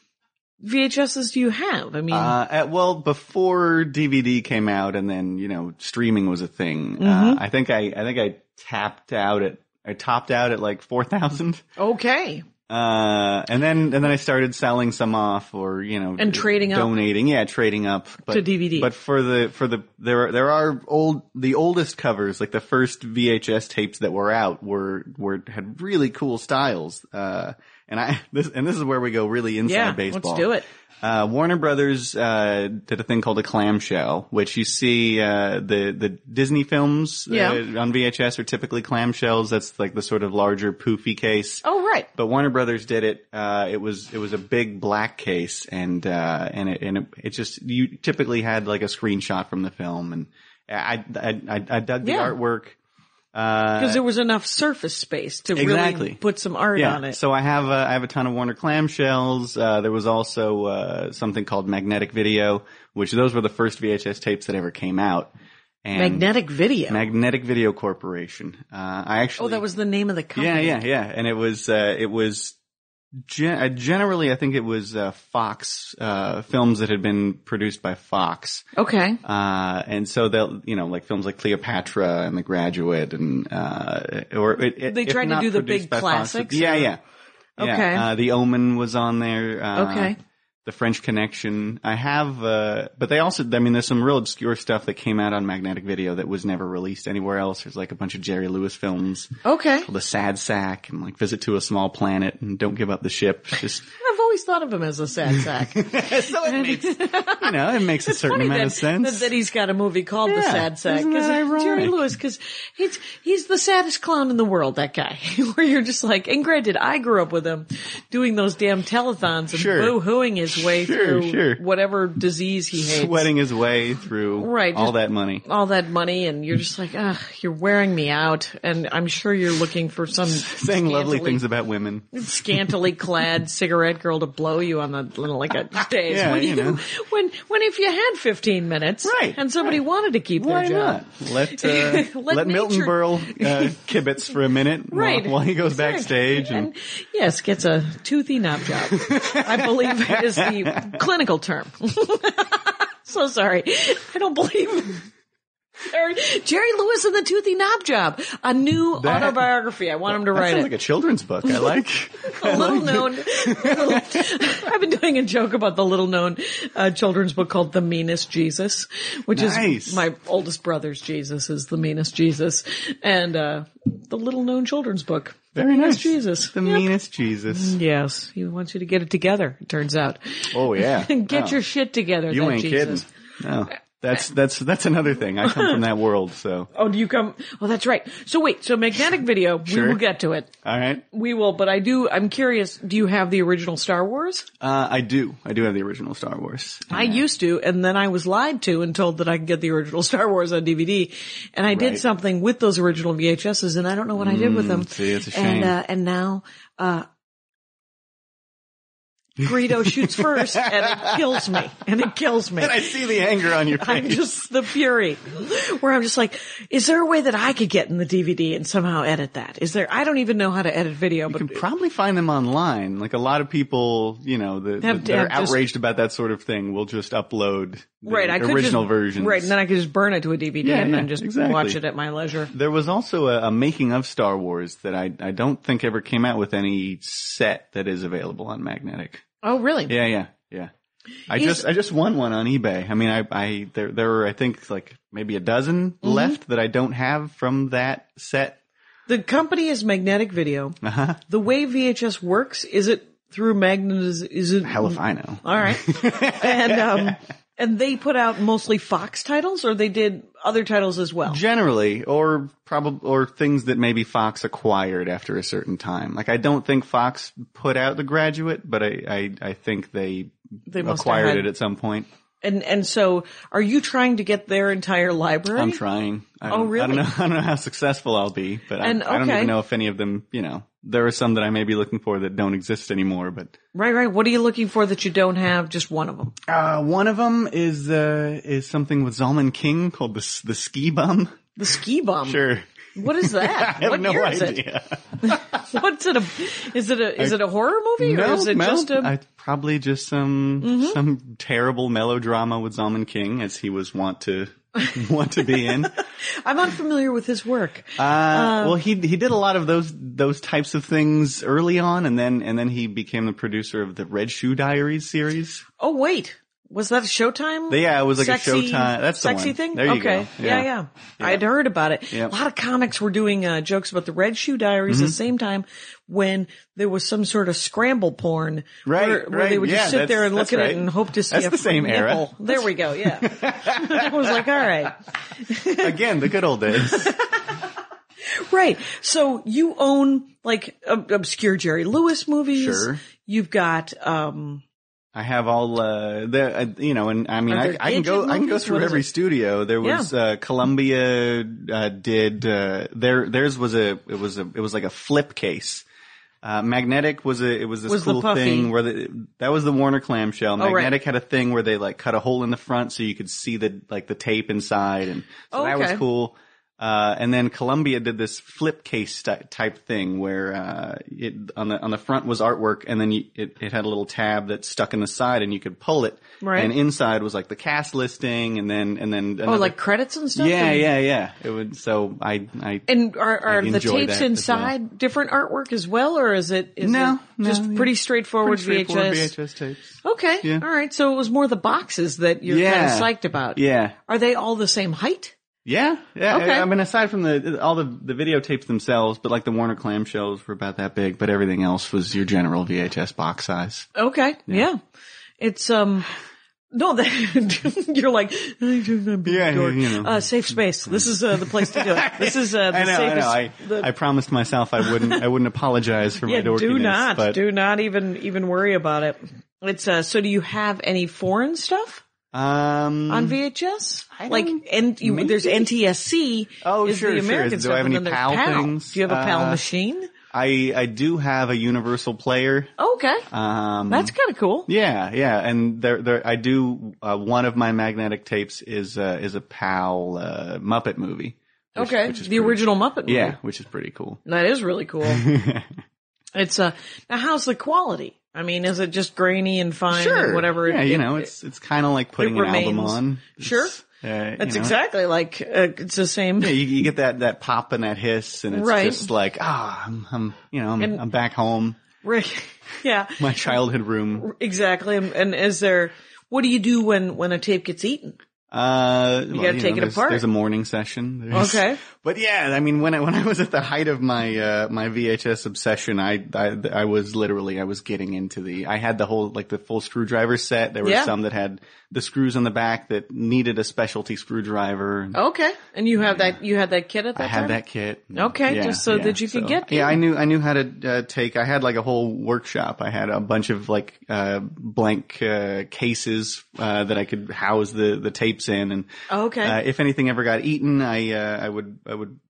Speaker 2: VHSs do you have? I mean,
Speaker 4: Uh, at- well, before DVD came out, and then you know streaming was a thing.
Speaker 2: Mm-hmm.
Speaker 4: Uh, I think I, I think I tapped out at, I topped out at like four thousand,
Speaker 2: okay.
Speaker 4: uh, and then and then I started selling some off, or you know,
Speaker 2: And trading up.
Speaker 4: donating, yeah, trading up but,
Speaker 2: To DVD.
Speaker 4: But for the for the there are- there are old the oldest covers, like the first VHS tapes that were out were were had really cool styles. Uh, and I [laughs] this and this is where we go really inside
Speaker 2: Yeah.
Speaker 4: baseball.
Speaker 2: Let's do it.
Speaker 4: Uh, Warner Brothers uh, did a thing called a clamshell, which you see uh, the the Disney films
Speaker 2: Yeah.
Speaker 4: uh, on VHS are typically clamshells. That's like the sort of larger poofy case.
Speaker 2: Oh, right.
Speaker 4: But Warner Brothers did it. Uh, it was it was a big black case, and uh, and it and it, it just you typically had like a screenshot from the film, and I I I, I dug the
Speaker 2: Yeah.
Speaker 4: artwork. Uh,
Speaker 2: Because there was enough surface space to really
Speaker 4: Exactly.
Speaker 2: put some art
Speaker 4: yeah.
Speaker 2: on it.
Speaker 4: So I have uh, I have a ton of Warner clamshells. Uh, there was also uh, something called magnetic video, which those were the first VHS tapes that ever came out. And
Speaker 2: Magnetic video.
Speaker 4: Magnetic Video Corporation. Uh, I actually
Speaker 2: oh, that was the name of the
Speaker 4: yeah
Speaker 2: company.
Speaker 4: yeah yeah, and it was uh, it was. Gen- uh, generally, I think it was uh, Fox uh, films that had been produced by Fox,
Speaker 2: Okay.
Speaker 4: uh, and so they'll you know like films like Cleopatra and The Graduate, and uh, or it, it-
Speaker 2: They
Speaker 4: if
Speaker 2: tried to
Speaker 4: not
Speaker 2: do the
Speaker 4: produced
Speaker 2: big
Speaker 4: by Fox,
Speaker 2: classics,
Speaker 4: yeah,
Speaker 2: or-
Speaker 4: yeah, yeah.
Speaker 2: Okay.
Speaker 4: Uh, the Omen was on there. Uh,
Speaker 2: Okay.
Speaker 4: The French Connection. I have, uh, but they also, I mean, there's some real obscure stuff that came out on Magnetic Video that was never released anywhere else. There's like a bunch of Jerry Lewis films
Speaker 2: Okay.
Speaker 4: called The Sad Sack and like Visit to a Small Planet and Don't Give Up the Ship. Just,
Speaker 2: I've always thought of him as a sad sack.
Speaker 4: [laughs] so it makes, [laughs] you know, it makes a certain
Speaker 2: funny
Speaker 4: amount
Speaker 2: that,
Speaker 4: of sense.
Speaker 2: That, that he's got a movie called The
Speaker 4: Yeah,
Speaker 2: Sad Sack.
Speaker 4: isn't
Speaker 2: 'Cause
Speaker 4: that
Speaker 2: it's Jerry
Speaker 4: ironic?
Speaker 2: Lewis, because he's he's the saddest clown in the world. That guy, [laughs] where you're just like, and granted, I grew up with him doing those damn telethons and
Speaker 4: Sure.
Speaker 2: boo-hooing his way
Speaker 4: Sure,
Speaker 2: through
Speaker 4: sure.
Speaker 2: whatever disease he hates,
Speaker 4: [laughs] sweating his way through
Speaker 2: Right,
Speaker 4: all
Speaker 2: just-
Speaker 4: that money.
Speaker 2: all that money, and you're just like, ah, you're wearing me out. And I'm sure you're looking for some
Speaker 4: [laughs] Saying lovely
Speaker 2: scantily-
Speaker 4: things about women.
Speaker 2: scantily clad cigarette girl to blow you on the little like
Speaker 4: [laughs]
Speaker 2: a days
Speaker 4: Yeah,
Speaker 2: when
Speaker 4: you
Speaker 2: you,
Speaker 4: know.
Speaker 2: [laughs] when when if you had 15 minutes
Speaker 4: Right,
Speaker 2: and somebody wanted to keep
Speaker 4: Why
Speaker 2: their job [laughs]
Speaker 4: not? Let, uh, let,
Speaker 2: Let
Speaker 4: Milton
Speaker 2: nature-
Speaker 4: Berle
Speaker 2: [laughs]
Speaker 4: uh, kibitz for a minute while-
Speaker 2: Right.
Speaker 4: while, he goes
Speaker 2: Exactly.
Speaker 4: backstage. And,
Speaker 2: yes gets a toothy knob job i believe is the clinical term [laughs] so sorry i don't believe Or Jerry Lewis and the Toothy Knob Job, a new
Speaker 4: That-
Speaker 2: autobiography. I want him to
Speaker 4: that
Speaker 2: write
Speaker 4: sounds
Speaker 2: it.
Speaker 4: like a children's book. I
Speaker 2: [laughs]
Speaker 4: like.
Speaker 2: a little
Speaker 4: [laughs]
Speaker 2: known. I've been doing a joke about the little known uh, children's book called The Meanest Jesus, which
Speaker 4: Nice.
Speaker 2: is my oldest brother's Jesus is The Meanest Jesus, and uh, the little known children's book.
Speaker 4: Very nice.
Speaker 2: Jesus.
Speaker 4: The
Speaker 2: Yep. Mm,
Speaker 4: meanest Jesus.
Speaker 2: Yes, he wants you to get it together. It turns out, [laughs]
Speaker 4: Oh yeah.
Speaker 2: get
Speaker 4: Oh,
Speaker 2: your shit together.
Speaker 4: You
Speaker 2: that
Speaker 4: ain't
Speaker 2: Jesus.
Speaker 4: kidding. No. That's that's that's another thing. I
Speaker 2: [laughs]
Speaker 4: come from that world, so
Speaker 2: Oh, do you come? Oh, that's right. So wait, so magnetic video.
Speaker 4: Sure.
Speaker 2: We will get to it.
Speaker 4: all right.
Speaker 2: We will, but I do. I'm curious. Do you have the original Star Wars?
Speaker 4: Uh, I do. I do have the original Star Wars.
Speaker 2: I used to, and then I was lied to and told that I could get the original [laughs] Star Wars on DVD. And I did
Speaker 4: Right. Mm,
Speaker 2: something with those original VHSs, and I don't know what I did with them.
Speaker 4: see, it's a
Speaker 2: And
Speaker 4: shame.
Speaker 2: uh, and now uh,
Speaker 4: [laughs]
Speaker 2: Greedo shoots first and it kills me. And it kills me.
Speaker 4: And [laughs] I see the anger on your
Speaker 2: I'm
Speaker 4: face.
Speaker 2: just the fury where I'm just like, is there a way that I could get in the DVD and somehow edit that? Is there, I don't even know how to edit video,
Speaker 4: you
Speaker 2: but
Speaker 4: can probably find them online. Like a lot of people, you know, the,
Speaker 2: Have-
Speaker 4: that are
Speaker 2: have just-
Speaker 4: outraged about that sort of thing will just upload the
Speaker 2: right, I could
Speaker 4: original
Speaker 2: just,
Speaker 4: versions.
Speaker 2: Right. And then I could just burn it to a DVD
Speaker 4: Yeah,
Speaker 2: and then
Speaker 4: yeah,
Speaker 2: just
Speaker 4: exactly.
Speaker 2: watch it at my leisure.
Speaker 4: There was also a, a making of Star Wars that I, I don't think ever came out with any set that is available on magnetic.
Speaker 2: Oh, really?
Speaker 4: Yeah, yeah, yeah. I
Speaker 2: Is-
Speaker 4: just I just won one on eBay. I mean, I I there there were I think like maybe a dozen
Speaker 2: Mm-hmm.
Speaker 4: left that I don't have from that set.
Speaker 2: The company is Magnetic Video. Uh-huh. The way VHS works, is it through magnetiz? Is it
Speaker 4: Hell if I know.
Speaker 2: All
Speaker 4: [laughs]
Speaker 2: right. and um and they put out mostly Fox titles or they did other titles as well.
Speaker 4: Generally, or probably, or things that maybe Fox acquired after a certain time. Like I don't think Fox put out The Graduate, but I I, I think they,
Speaker 2: They must have
Speaker 4: acquired
Speaker 2: had-
Speaker 4: it at some point.
Speaker 2: And and so are you trying to get their entire library?
Speaker 4: I'm trying. I
Speaker 2: Oh,
Speaker 4: don't- I
Speaker 2: really?
Speaker 4: don't know. [laughs] I don't know how successful I'll be, but I,
Speaker 2: And,
Speaker 4: I don't
Speaker 2: okay.
Speaker 4: even know if any of them. You know, there are some that I may be looking for that don't exist anymore. But
Speaker 2: Right, right. What are you looking for that you don't have? Just one of them.
Speaker 4: uh, one of them is uh, is something with Zalman King called the S- the Ski Bum. [laughs]
Speaker 2: The ski bomb.
Speaker 4: Sure,
Speaker 2: What is that?
Speaker 4: [laughs] I have
Speaker 2: what
Speaker 4: no
Speaker 2: year is it?
Speaker 4: idea.
Speaker 2: What's it a is it a is it a horror movie or is it
Speaker 4: Mel-
Speaker 2: just a Mm-hmm.
Speaker 4: I- probably just some some terrible melodrama with Zalman King, as he was want to [laughs] want to be in.
Speaker 2: I'm unfamiliar with his work. Um,
Speaker 4: Uh, well, he he did a lot of those those types of things early on, and then and then he became the producer of the Red Shoe
Speaker 2: [laughs]
Speaker 4: Diaries series.
Speaker 2: Oh wait, was that a Showtime?
Speaker 4: Yeah, it was like a
Speaker 2: sexy,
Speaker 4: Showtime- that's the
Speaker 2: sexy
Speaker 4: one.
Speaker 2: thing.
Speaker 4: There you
Speaker 2: okay,
Speaker 4: go.
Speaker 2: yeah,
Speaker 4: Yeah.
Speaker 2: yeah. I'd heard about it.
Speaker 4: Yeah. Mm-hmm.
Speaker 2: A lot of comics were doing uh, jokes about the Red Shoe Diaries at the same time when there was some sort of scramble porn,
Speaker 4: Right,
Speaker 2: Where, where they
Speaker 4: right.
Speaker 2: would just
Speaker 4: Yeah,
Speaker 2: sit there
Speaker 4: that's-
Speaker 2: and look
Speaker 4: that's
Speaker 2: at it
Speaker 4: right.
Speaker 2: and hope to see
Speaker 4: That's
Speaker 2: a
Speaker 4: the same
Speaker 2: nipple.
Speaker 4: era.
Speaker 2: There we go.
Speaker 4: [laughs]
Speaker 2: Yeah, I was like, all right,
Speaker 4: Again, the good old days.
Speaker 2: right. So you own like ob- obscure Jerry Lewis movies.
Speaker 4: Sure.
Speaker 2: You've got um
Speaker 4: I have all uh, the uh, you know, and I mean,
Speaker 2: Are
Speaker 4: I,
Speaker 2: there
Speaker 4: I can
Speaker 2: digit
Speaker 4: go I can
Speaker 2: movies?
Speaker 4: go
Speaker 2: What
Speaker 4: through
Speaker 2: is
Speaker 4: every
Speaker 2: it?
Speaker 4: studio. There was
Speaker 2: Yeah.
Speaker 4: uh, Columbia uh, did uh, their theirs was a it was a it was like a flip case. Uh, Magnetic was a it was this
Speaker 2: Was the
Speaker 4: cool
Speaker 2: puffy.
Speaker 4: thing where the, that was the Warner clamshell.
Speaker 2: right.
Speaker 4: Magnetic had a thing where they like cut a hole in the front so you could see the like the tape inside, and so
Speaker 2: Oh,
Speaker 4: that was
Speaker 2: okay.
Speaker 4: cool. Uh, and then Columbia did this flip case ty- type thing where, uh, it, on the, on the front was artwork and then you, it, it had a little tab that stuck in the side and you could pull it.
Speaker 2: Right.
Speaker 4: And inside was like the cast listing and then, and then.
Speaker 2: oh
Speaker 4: another-
Speaker 2: like credits and stuff.
Speaker 4: Yeah,
Speaker 2: and-
Speaker 4: yeah, yeah. It would, so I, I.
Speaker 2: And are, are
Speaker 4: I'd
Speaker 2: the
Speaker 4: enjoy
Speaker 2: tapes
Speaker 4: that as
Speaker 2: inside different artwork as well, or is it is
Speaker 4: No,
Speaker 2: it
Speaker 4: no,
Speaker 2: just
Speaker 4: yeah.
Speaker 2: pretty straightforward,
Speaker 4: Pretty straightforward
Speaker 2: VHS?
Speaker 4: VHS tapes.
Speaker 2: Okay,
Speaker 4: Yeah.
Speaker 2: all right. So it was more the boxes that you're
Speaker 4: Yeah.
Speaker 2: kind of psyched about.
Speaker 4: Yeah.
Speaker 2: Are they all the same height?
Speaker 4: Yeah, yeah.
Speaker 2: Okay.
Speaker 4: I, I mean, aside from the all the the videotapes themselves, but like the Warner clamshells were about that big, but everything else was your general VHS box size.
Speaker 2: Okay, yeah. It's um. No, [laughs] that, you're like, I don't know, big
Speaker 4: Yeah,
Speaker 2: dork.
Speaker 4: you know.
Speaker 2: Uh, safe space. This is uh, the place to do
Speaker 4: [laughs]
Speaker 2: it. This is uh, the
Speaker 4: I know, I
Speaker 2: safest.
Speaker 4: know. I,
Speaker 2: the-
Speaker 4: I promised myself I wouldn't I wouldn't apologize for
Speaker 2: yeah,
Speaker 4: my dorkiness.
Speaker 2: do not,
Speaker 4: but,
Speaker 2: do not even even worry about it. It's uh. So, do you have any foreign stuff?
Speaker 4: Um,
Speaker 2: on VHS?
Speaker 4: I
Speaker 2: Like,
Speaker 4: don't-
Speaker 2: and you, there's NTSC.
Speaker 4: Oh,
Speaker 2: is
Speaker 4: sure,
Speaker 2: the
Speaker 4: sure.
Speaker 2: American
Speaker 4: Do
Speaker 2: stuff,
Speaker 4: I have
Speaker 2: and
Speaker 4: any
Speaker 2: then there's
Speaker 4: PAL things?
Speaker 2: Do you have a PAL
Speaker 4: Uh,
Speaker 2: machine?
Speaker 4: I I do have a universal player.
Speaker 2: Okay,
Speaker 4: Um,
Speaker 2: that's kind of cool.
Speaker 4: yeah, yeah, and there there I do uh, one of my magnetic tapes is uh, is a PAL uh, Muppet movie. which-
Speaker 2: okay,
Speaker 4: which is
Speaker 2: the
Speaker 4: pretty-
Speaker 2: original Muppet. Movie.
Speaker 4: Yeah, which is pretty cool.
Speaker 2: that is really cool.
Speaker 4: [laughs]
Speaker 2: it's uh, now how's the quality? I mean, is it just grainy and fine and whatever?
Speaker 4: Yeah,
Speaker 2: it,
Speaker 4: you
Speaker 2: it-
Speaker 4: know, it's it's kind of like putting an album
Speaker 2: remains.
Speaker 4: on. It's,
Speaker 2: Sure.
Speaker 4: uh, you
Speaker 2: that's
Speaker 4: know,
Speaker 2: exactly like uh, it's the same. [laughs]
Speaker 4: Yeah, you, you get that that pop and that hiss, and it's
Speaker 2: Right.
Speaker 4: just like ah, I'm, I'm you know I'm,
Speaker 2: And-
Speaker 4: I'm back home,
Speaker 2: Right. yeah,
Speaker 4: my childhood room.
Speaker 2: exactly. And, and is there? What do you do when when a tape gets eaten?
Speaker 4: Uh, you
Speaker 2: gotta take it
Speaker 4: there's,
Speaker 2: apart.
Speaker 4: There's a morning session. There's-
Speaker 2: Okay.
Speaker 4: [laughs] but yeah, I mean, when I, when I was at the height of my uh, my VHS obsession, I, I I was literally I was getting into the. I had the whole like the full screwdriver set. There were
Speaker 2: Yeah.
Speaker 4: some that had the screws on the back that needed a specialty screwdriver. and-
Speaker 2: Okay, and you have that you had that kit at that
Speaker 4: I
Speaker 2: time?
Speaker 4: had that kit.
Speaker 2: Oh, Okay, just so that you could get
Speaker 4: Yeah,
Speaker 2: in.
Speaker 4: I knew I knew how to uh, take. I had like a whole workshop. I had a bunch of like uh, blank uh, cases uh, that I could house the the tapes in, and
Speaker 2: Okay.
Speaker 4: uh, if anything ever got eaten, I uh, I would I would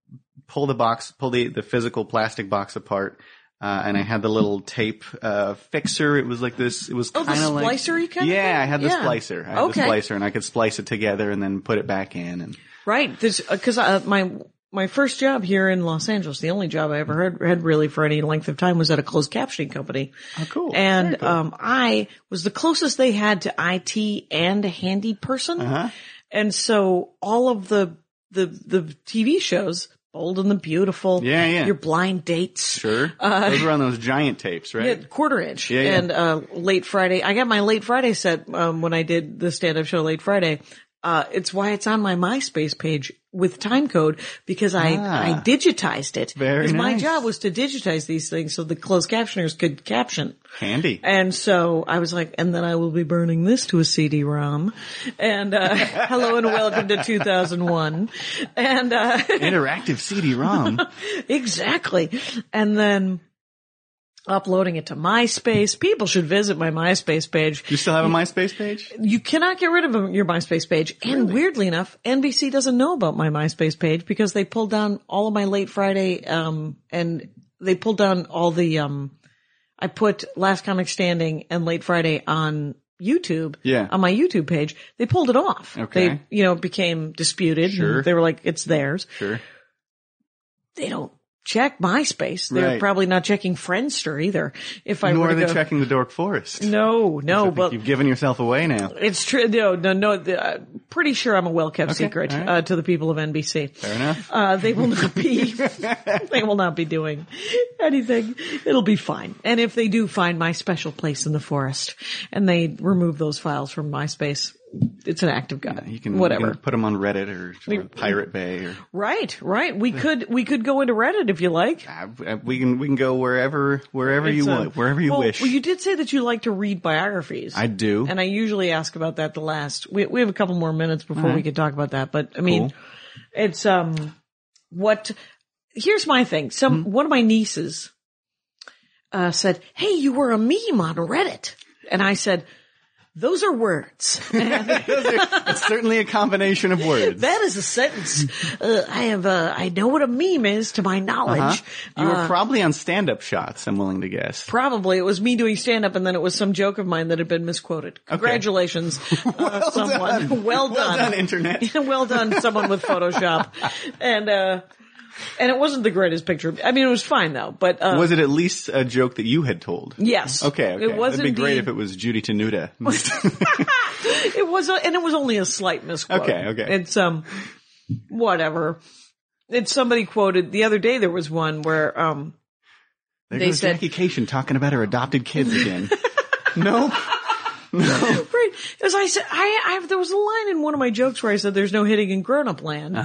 Speaker 4: pull the box, pull the the physical plastic box apart. Uh, and I had the little tape uh, fixer. It was like this. It was
Speaker 2: Oh, the
Speaker 4: kind of like
Speaker 2: splicery kind of
Speaker 4: yeah.
Speaker 2: thing?
Speaker 4: I had the
Speaker 2: Yeah.
Speaker 4: splicer. I had
Speaker 2: Okay.
Speaker 4: the splicer, and I could splice it together and then put it back in. And
Speaker 2: Right. Because uh, my my first job here in Los Angeles, the only job I ever had, had really for any length of time, was at a closed captioning company.
Speaker 4: Oh, cool.
Speaker 2: And
Speaker 4: Very cool.
Speaker 2: um, I was the closest they had to IT and a handy person.
Speaker 4: Uh-huh.
Speaker 2: And so all of the the the TV shows, Bold and the Beautiful,
Speaker 4: Yeah, yeah.
Speaker 2: your blind dates,
Speaker 4: sure, those were on those giant tapes, right?
Speaker 2: uh, yeah, quarter inch.
Speaker 4: Yeah, yeah.
Speaker 2: And uh, late Friday, I got my late Friday set um, when I did the stand up show late Friday. Uh, it's why it's on my MySpace page with time code because I, I digitized it.
Speaker 4: Ah. Very
Speaker 2: 'Cause My
Speaker 4: nice.
Speaker 2: job was to digitize these things so the closed captioners could caption.
Speaker 4: Handy.
Speaker 2: [laughs] And so I was like, and then I will be burning this to a CD-ROM. And, uh, [laughs] hello and welcome to 2001. And, uh,
Speaker 4: Interactive
Speaker 2: [laughs]
Speaker 4: CD-ROM.
Speaker 2: exactly. And then uploading it to MySpace. People should visit my MySpace page.
Speaker 4: you still have a MySpace page?
Speaker 2: You cannot get rid of your MySpace page. And weirdly enough, NBC doesn't know about my MySpace page because they pulled down all of my late Friday, um, and they pulled down all the, um, I put Last Comic Standing and Late Friday on YouTube.
Speaker 4: Yeah.
Speaker 2: On my YouTube page. They pulled it off.
Speaker 4: Okay.
Speaker 2: They, you know, became disputed.
Speaker 4: Sure.
Speaker 2: They were like, it's theirs
Speaker 4: Sure.
Speaker 2: they don't check MySpace. They're
Speaker 4: Right.
Speaker 2: probably not checking Friendster either. If I
Speaker 4: Nor
Speaker 2: were
Speaker 4: are
Speaker 2: to
Speaker 4: they
Speaker 2: go-
Speaker 4: checking the Dork Forest.
Speaker 2: No,
Speaker 4: I
Speaker 2: no,
Speaker 4: think
Speaker 2: but
Speaker 4: you've given yourself away now.
Speaker 2: it's true. No, no, no. the- I'm pretty sure I'm a well-kept secret
Speaker 4: all right.
Speaker 2: uh, to the people of NBC.
Speaker 4: Fair enough.
Speaker 2: Uh, they will not
Speaker 4: [laughs]
Speaker 2: be. they will not be doing anything. It'll be fine. And if they do find my special place in the forest, and they remove those files from MySpace, it's an act of God.
Speaker 4: You can
Speaker 2: whatever.
Speaker 4: you can put them on Reddit or, or Pirate Bay or
Speaker 2: right, right. We could we could go into Reddit if you like.
Speaker 4: Uh, we can we can go wherever wherever you
Speaker 2: It's, um,
Speaker 4: want wherever you
Speaker 2: well,
Speaker 4: wish.
Speaker 2: Well, you did say that you like to read biographies.
Speaker 4: I do.
Speaker 2: and I usually ask about that the last. We we have a couple more minutes before we can talk about that, but I mean,
Speaker 4: Cool.
Speaker 2: it's um, what? Here's my thing. Some one of my nieces uh, said, "Hey, you were a meme on Reddit," and I said, "Those are words." [laughs]
Speaker 4: it's certainly a combination of
Speaker 2: [laughs]
Speaker 4: words.
Speaker 2: That is a sentence. Uh, I have. Uh, I know what a meme is to my
Speaker 4: Huh?
Speaker 2: knowledge.
Speaker 4: You were probably on stand-up shots. I'm willing to guess.
Speaker 2: Probably it was me doing stand up and then it was some joke of mine that had been misquoted.
Speaker 4: [laughs]
Speaker 2: Congratulations, uh, someone. [laughs] Well done.
Speaker 4: Well done,
Speaker 2: [laughs]
Speaker 4: internet.
Speaker 2: well done, someone with
Speaker 4: [laughs]
Speaker 2: Photoshop. And, uh, and it wasn't the greatest picture. I mean, it was fine though, but, uh,
Speaker 4: Was it at least a joke that you had told?
Speaker 2: yes.
Speaker 4: Okay. okay.
Speaker 2: It was
Speaker 4: It'd be great
Speaker 2: indeed-
Speaker 4: if it was
Speaker 2: [laughs]
Speaker 4: Judy Tenuta.
Speaker 2: It was, a, and it was only a slight misquote.
Speaker 4: Okay, okay.
Speaker 2: It's um, whatever. It's somebody quoted the other day. There was one where um,
Speaker 4: there
Speaker 2: They
Speaker 4: goes
Speaker 2: said-
Speaker 4: Jackie Cation talking about her adopted kids again.
Speaker 2: [laughs]
Speaker 4: nope.
Speaker 2: Right. As I said, I, I, there was a line in one of my jokes where I said, there's no hitting in grown up land.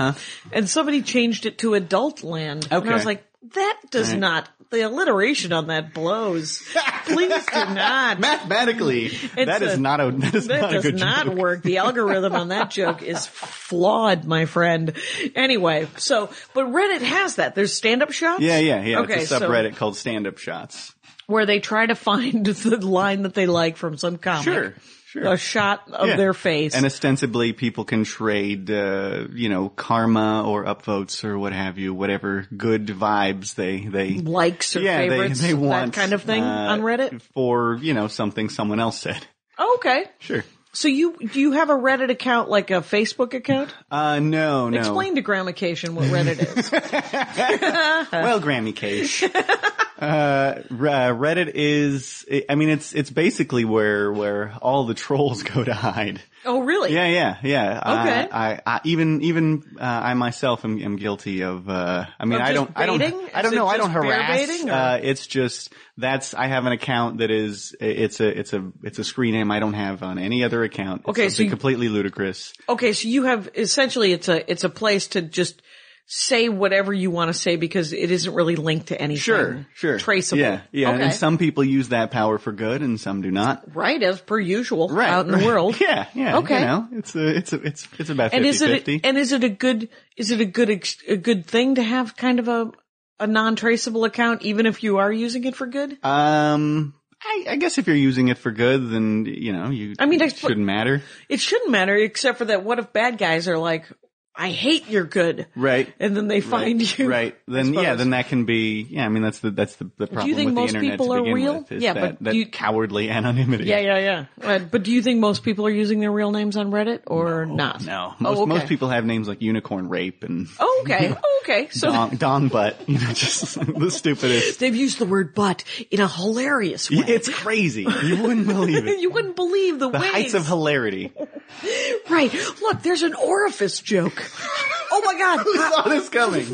Speaker 2: And somebody changed it to adult land. And I
Speaker 4: Uh-huh. Okay.
Speaker 2: was like, that does
Speaker 4: Right.
Speaker 2: not, the alliteration on that blows. Please do
Speaker 4: [laughs]
Speaker 2: not.
Speaker 4: Mathematically, that
Speaker 2: a-
Speaker 4: is not a that is
Speaker 2: that
Speaker 4: not a
Speaker 2: does
Speaker 4: good
Speaker 2: not
Speaker 4: joke.
Speaker 2: work. The algorithm on that joke is flawed, my friend. Anyway, so, but Reddit has that. There's stand up shots.
Speaker 4: Yeah, yeah, yeah.
Speaker 2: Okay,
Speaker 4: it's a
Speaker 2: so-
Speaker 4: subreddit called stand-up shots.
Speaker 2: where they try to find [laughs] the line that they like from some comic.
Speaker 4: Sure, sure.
Speaker 2: A shot of
Speaker 4: Yeah.
Speaker 2: their face.
Speaker 4: And ostensibly, people can trade, uh, you know, karma or upvotes or what have you, whatever good vibes they they
Speaker 2: likes or
Speaker 4: yeah they,
Speaker 2: favorites,
Speaker 4: they want
Speaker 2: that kind of thing
Speaker 4: uh,
Speaker 2: on Reddit. Oh,
Speaker 4: for you know something someone else said.
Speaker 2: okay,
Speaker 4: Sure.
Speaker 2: so you do you have a Reddit account like a Facebook account?
Speaker 4: Uh, no, no.
Speaker 2: Explain to Gramication what Reddit
Speaker 4: [laughs]
Speaker 2: is.
Speaker 4: Well,
Speaker 2: [laughs]
Speaker 4: Grammy Cage. uh, Re- uh, Reddit is, I mean, it's it's basically where where all the trolls go to hide.
Speaker 2: oh, really?
Speaker 4: Yeah, yeah, yeah.
Speaker 2: Okay.
Speaker 4: Uh, I, I even even uh, I myself am, am guilty of. Uh, I mean,
Speaker 2: Of
Speaker 4: I
Speaker 2: just
Speaker 4: don't, I don't,
Speaker 2: baiting?
Speaker 4: I
Speaker 2: Is
Speaker 4: don't
Speaker 2: it
Speaker 4: know. I
Speaker 2: just
Speaker 4: don't
Speaker 2: bear
Speaker 4: harass.
Speaker 2: baiting, or-
Speaker 4: Uh, it's just that's I have an account that is it's a it's a it's a screen name I don't have on any other account. It's
Speaker 2: Okay, so
Speaker 4: something
Speaker 2: you-
Speaker 4: completely ludicrous.
Speaker 2: Okay, so you have essentially it's a it's a place to just say whatever you want to say because it isn't really linked to anything.
Speaker 4: Sure, sure,
Speaker 2: Traceable.
Speaker 4: Yeah, yeah.
Speaker 2: Okay.
Speaker 4: And some people use that power for good, and some do not.
Speaker 2: right as per usual
Speaker 4: Right
Speaker 2: out in the
Speaker 4: right.
Speaker 2: world.
Speaker 4: [laughs] Yeah, yeah.
Speaker 2: Okay.
Speaker 4: You know, it's a it's a it's it's about 50,
Speaker 2: And is it
Speaker 4: 50.
Speaker 2: and is it a good is it a good ex, a good thing to have kind of a a non-traceable account even if you are using it for good?
Speaker 4: um. I, I guess if you're using it for good, then you know you.
Speaker 2: I mean, I-
Speaker 4: it shouldn't matter.
Speaker 2: It shouldn't matter except for that what if bad guys are like, I hate you're good.
Speaker 4: Right.
Speaker 2: And then they find
Speaker 4: right,
Speaker 2: you. [laughs]
Speaker 4: Right. Then
Speaker 2: I
Speaker 4: yeah,
Speaker 2: suppose.
Speaker 4: then that can be yeah, I mean that's the that's the, the problem
Speaker 2: you think
Speaker 4: with
Speaker 2: most
Speaker 4: the internet
Speaker 2: people
Speaker 4: to
Speaker 2: are
Speaker 4: begin
Speaker 2: real?
Speaker 4: with. Is
Speaker 2: Yeah,
Speaker 4: that,
Speaker 2: but
Speaker 4: that
Speaker 2: you-
Speaker 4: cowardly [laughs] anonymity.
Speaker 2: Yeah, yeah, yeah. Right. But do you think most people are using their real names on Reddit or not?
Speaker 4: No. Most
Speaker 2: oh, okay.
Speaker 4: most people have names like unicorn rape and
Speaker 2: Oh, okay. Oh, okay. So
Speaker 4: dong, dong butt, you know, just [laughs] the stupidest.
Speaker 2: they've used the word "butt" in a hilarious way.
Speaker 4: It's crazy.
Speaker 2: [laughs]
Speaker 4: You wouldn't believe it.
Speaker 2: you wouldn't believe the,
Speaker 4: The heights of
Speaker 2: [laughs]
Speaker 4: hilarity.
Speaker 2: right. Look, there's an orifice
Speaker 4: [laughs]
Speaker 2: joke. Oh my God!
Speaker 4: Who saw this coming?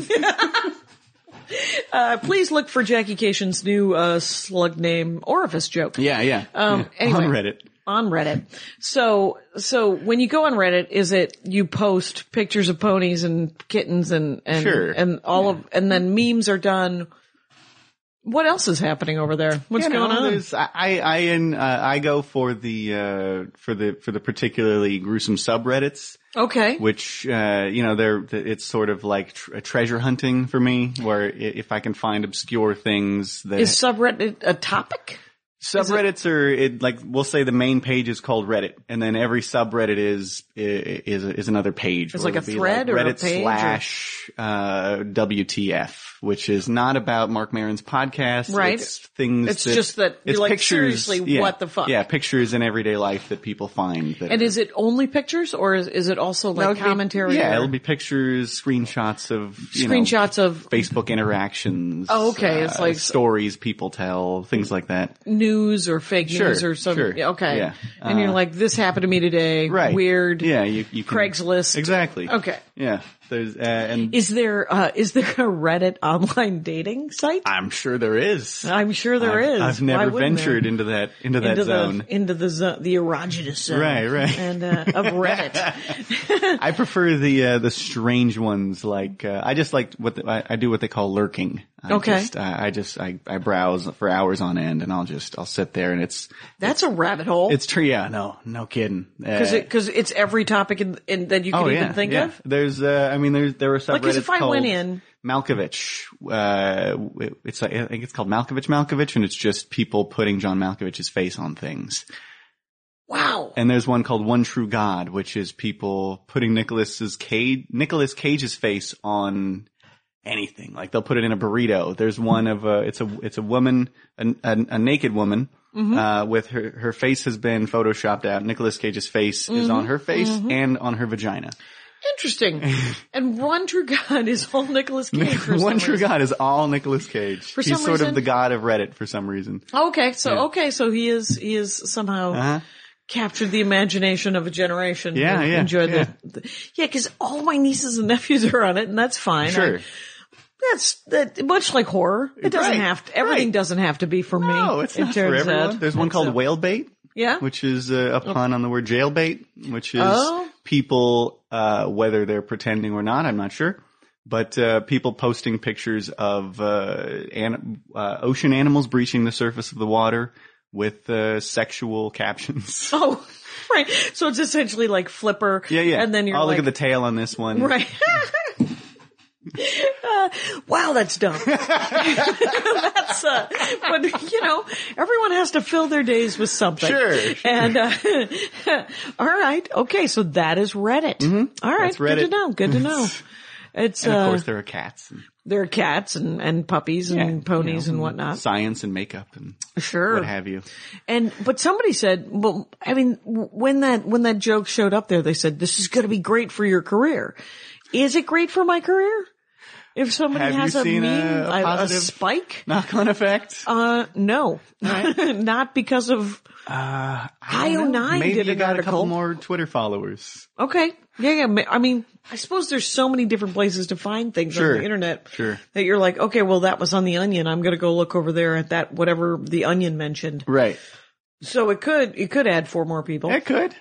Speaker 2: Uh, please look for Jackie Cation's new uh, slug name orifice joke.
Speaker 4: [laughs] Yeah, yeah.
Speaker 2: Um,
Speaker 4: yeah.
Speaker 2: anyway.
Speaker 4: On Reddit.
Speaker 2: on Reddit. So, so when you go on Reddit, is it you post pictures of ponies and kittens and and
Speaker 4: Sure.
Speaker 2: and all of and then memes are done. What else is happening over there? What's
Speaker 4: You know,
Speaker 2: going on?
Speaker 4: there's- I I I, and, uh, I go for the uh, for the for the particularly gruesome subreddits,
Speaker 2: Okay.
Speaker 4: which uh, you know they're it's sort of like tr- treasure hunting for me, where i- if I can find obscure things that
Speaker 2: Is subreddit a topic?
Speaker 4: subreddits are it, like we'll say the main page is called Reddit, and then every subreddit is i- is is another page.
Speaker 2: It's
Speaker 4: where
Speaker 2: like a
Speaker 4: it'll be
Speaker 2: thread or a
Speaker 4: Reddit
Speaker 2: page or-
Speaker 4: slash uh, WTF, which is not about Mark Maron's podcast.
Speaker 2: Right.
Speaker 4: It's things.
Speaker 2: It's just that you're
Speaker 4: it's
Speaker 2: like,
Speaker 4: pictures,
Speaker 2: seriously,
Speaker 4: yeah,
Speaker 2: what the fuck?
Speaker 4: Yeah, pictures in everyday life that people find. That
Speaker 2: And
Speaker 4: are-
Speaker 2: is it only pictures or is, is it also
Speaker 4: That
Speaker 2: like
Speaker 4: would be-
Speaker 2: commentary?
Speaker 4: Yeah,
Speaker 2: or
Speaker 4: it'll be pictures, screenshots of you know,
Speaker 2: screenshots of
Speaker 4: Facebook interactions. uh,
Speaker 2: Oh, okay, it's like-
Speaker 4: stories people tell, things like that.
Speaker 2: news or fake
Speaker 4: Sure,
Speaker 2: news or some.
Speaker 4: sure.
Speaker 2: Okay.
Speaker 4: Yeah.
Speaker 2: And you're
Speaker 4: Uh,
Speaker 2: like, this happened to me today.
Speaker 4: Right.
Speaker 2: Weird.
Speaker 4: Yeah, you, you can,
Speaker 2: Craigslist.
Speaker 4: Exactly.
Speaker 2: Okay.
Speaker 4: Yeah. There's uh, and
Speaker 2: Is there uh, is there a Reddit [laughs] online dating site?
Speaker 4: I'm sure there is.
Speaker 2: I'm sure Uh, there
Speaker 4: I've-
Speaker 2: is.
Speaker 4: I've
Speaker 2: Why
Speaker 4: never
Speaker 2: wouldn't
Speaker 4: ventured
Speaker 2: there?
Speaker 4: into that into that
Speaker 2: into
Speaker 4: zone.
Speaker 2: [laughs] the into the zo- the erogenous zone,
Speaker 4: Right, right.
Speaker 2: and uh,
Speaker 4: [laughs]
Speaker 2: of Reddit.
Speaker 4: I prefer the uh, the strange ones. Like uh, I just like what the, I, I do what they call lurking. I
Speaker 2: Okay.
Speaker 4: Just, I, I just I, I browse for hours on end, and I'll just I'll sit there, and it's
Speaker 2: That's a rabbit hole.
Speaker 4: it's true. Yeah. No. No kidding.
Speaker 2: because
Speaker 4: Uh,
Speaker 2: it's every topic in, in, that you can
Speaker 4: Oh
Speaker 2: even
Speaker 4: yeah,
Speaker 2: think
Speaker 4: yeah.
Speaker 2: of.
Speaker 4: There's, uh, I mean, there's there were subreddits
Speaker 2: Like, 'cause if I
Speaker 4: called
Speaker 2: went in-
Speaker 4: Malkovich. Uh, it- it's like, I think it's called Malkovich Malkovich, and it's just people putting John Malkovich's face on things.
Speaker 2: Wow.
Speaker 4: And there's one called One True God, which is people putting Nicholas's Cage Nicholas Cage's face on anything. Like they'll put it in a burrito. There's one of a it's a it's a woman a, a, a naked woman
Speaker 2: Mm-hmm.
Speaker 4: uh, with her her face has been photoshopped out. Nicholas Cage's face is
Speaker 2: Mm-hmm.
Speaker 4: on her face and on her vagina. [laughs]
Speaker 2: Interesting. and one true god is all Nicholas Cage. For
Speaker 4: One
Speaker 2: some
Speaker 4: True
Speaker 2: reason.
Speaker 4: God is all Nicolas Cage.
Speaker 2: For
Speaker 4: He's
Speaker 2: some
Speaker 4: sort
Speaker 2: reason-
Speaker 4: of the god of Reddit for some reason.
Speaker 2: Okay, so okay, so he is he is somehow captured the imagination of a generation.
Speaker 4: Uh-huh. Yeah,
Speaker 2: who
Speaker 4: yeah,
Speaker 2: Enjoyed
Speaker 4: yeah.
Speaker 2: the, the yeah, because all my nieces and nephews are on it, and that's fine.
Speaker 4: Sure.
Speaker 2: I- That's that much like horror. It doesn't
Speaker 4: Right,
Speaker 2: have to, everything
Speaker 4: right.
Speaker 2: doesn't have to be for me.
Speaker 4: No, it's
Speaker 2: it
Speaker 4: not for
Speaker 2: turns
Speaker 4: everyone.
Speaker 2: out.
Speaker 4: There's one called Whale Bait,
Speaker 2: Yeah.
Speaker 4: which is uh, a pun on the word jailbait, which is
Speaker 2: Oh.
Speaker 4: people, uh, whether they're pretending or not, I'm not sure, but uh, people posting pictures of uh, an- uh, ocean animals breaching the surface of the water with uh, sexual captions. [laughs]
Speaker 2: oh, [laughs] right. So it's essentially like Flipper.
Speaker 4: Yeah, yeah.
Speaker 2: And then you're
Speaker 4: oh,
Speaker 2: like,
Speaker 4: look at the tail on this one.
Speaker 2: [laughs] Right. Uh, wow, that's
Speaker 4: [laughs]
Speaker 2: dumb. that's uh, but you know, everyone has to fill their days with something.
Speaker 4: Sure.
Speaker 2: [laughs] And uh, all right, okay, so that is Reddit. All right,
Speaker 4: Mm-hmm. That's
Speaker 2: good to
Speaker 4: Reddit.
Speaker 2: know. Good to
Speaker 4: [laughs]
Speaker 2: know. It's
Speaker 4: And of
Speaker 2: uh,
Speaker 4: course, there are cats, and
Speaker 2: there are cats and, and puppies and
Speaker 4: Yeah,
Speaker 2: ponies and whatnot.
Speaker 4: science, and makeup, and
Speaker 2: sure.
Speaker 4: what have you.
Speaker 2: And but somebody said, well, I mean, w- when that when that joke showed up there, they said this is going to be great for your career. Is it great for my career? If somebody
Speaker 4: Have you
Speaker 2: has a
Speaker 4: seen
Speaker 2: meme,
Speaker 4: a- a
Speaker 2: a- a
Speaker 4: positive-
Speaker 2: spike,
Speaker 4: Knock on effect.
Speaker 2: uh, no, [laughs] not because of
Speaker 4: Uh,
Speaker 2: IO9
Speaker 4: Maybe
Speaker 2: did
Speaker 4: you
Speaker 2: an
Speaker 4: got a
Speaker 2: article.
Speaker 4: couple more Twitter followers.
Speaker 2: Okay, yeah, yeah. ma- I mean, I suppose there's so many different places to find things
Speaker 4: Sure.
Speaker 2: on the internet
Speaker 4: Sure.
Speaker 2: that you're like, okay, well, that was on the Onion. I'm going to go look over there at that whatever the Onion mentioned.
Speaker 4: Right.
Speaker 2: So it could it could add four more people
Speaker 4: It could.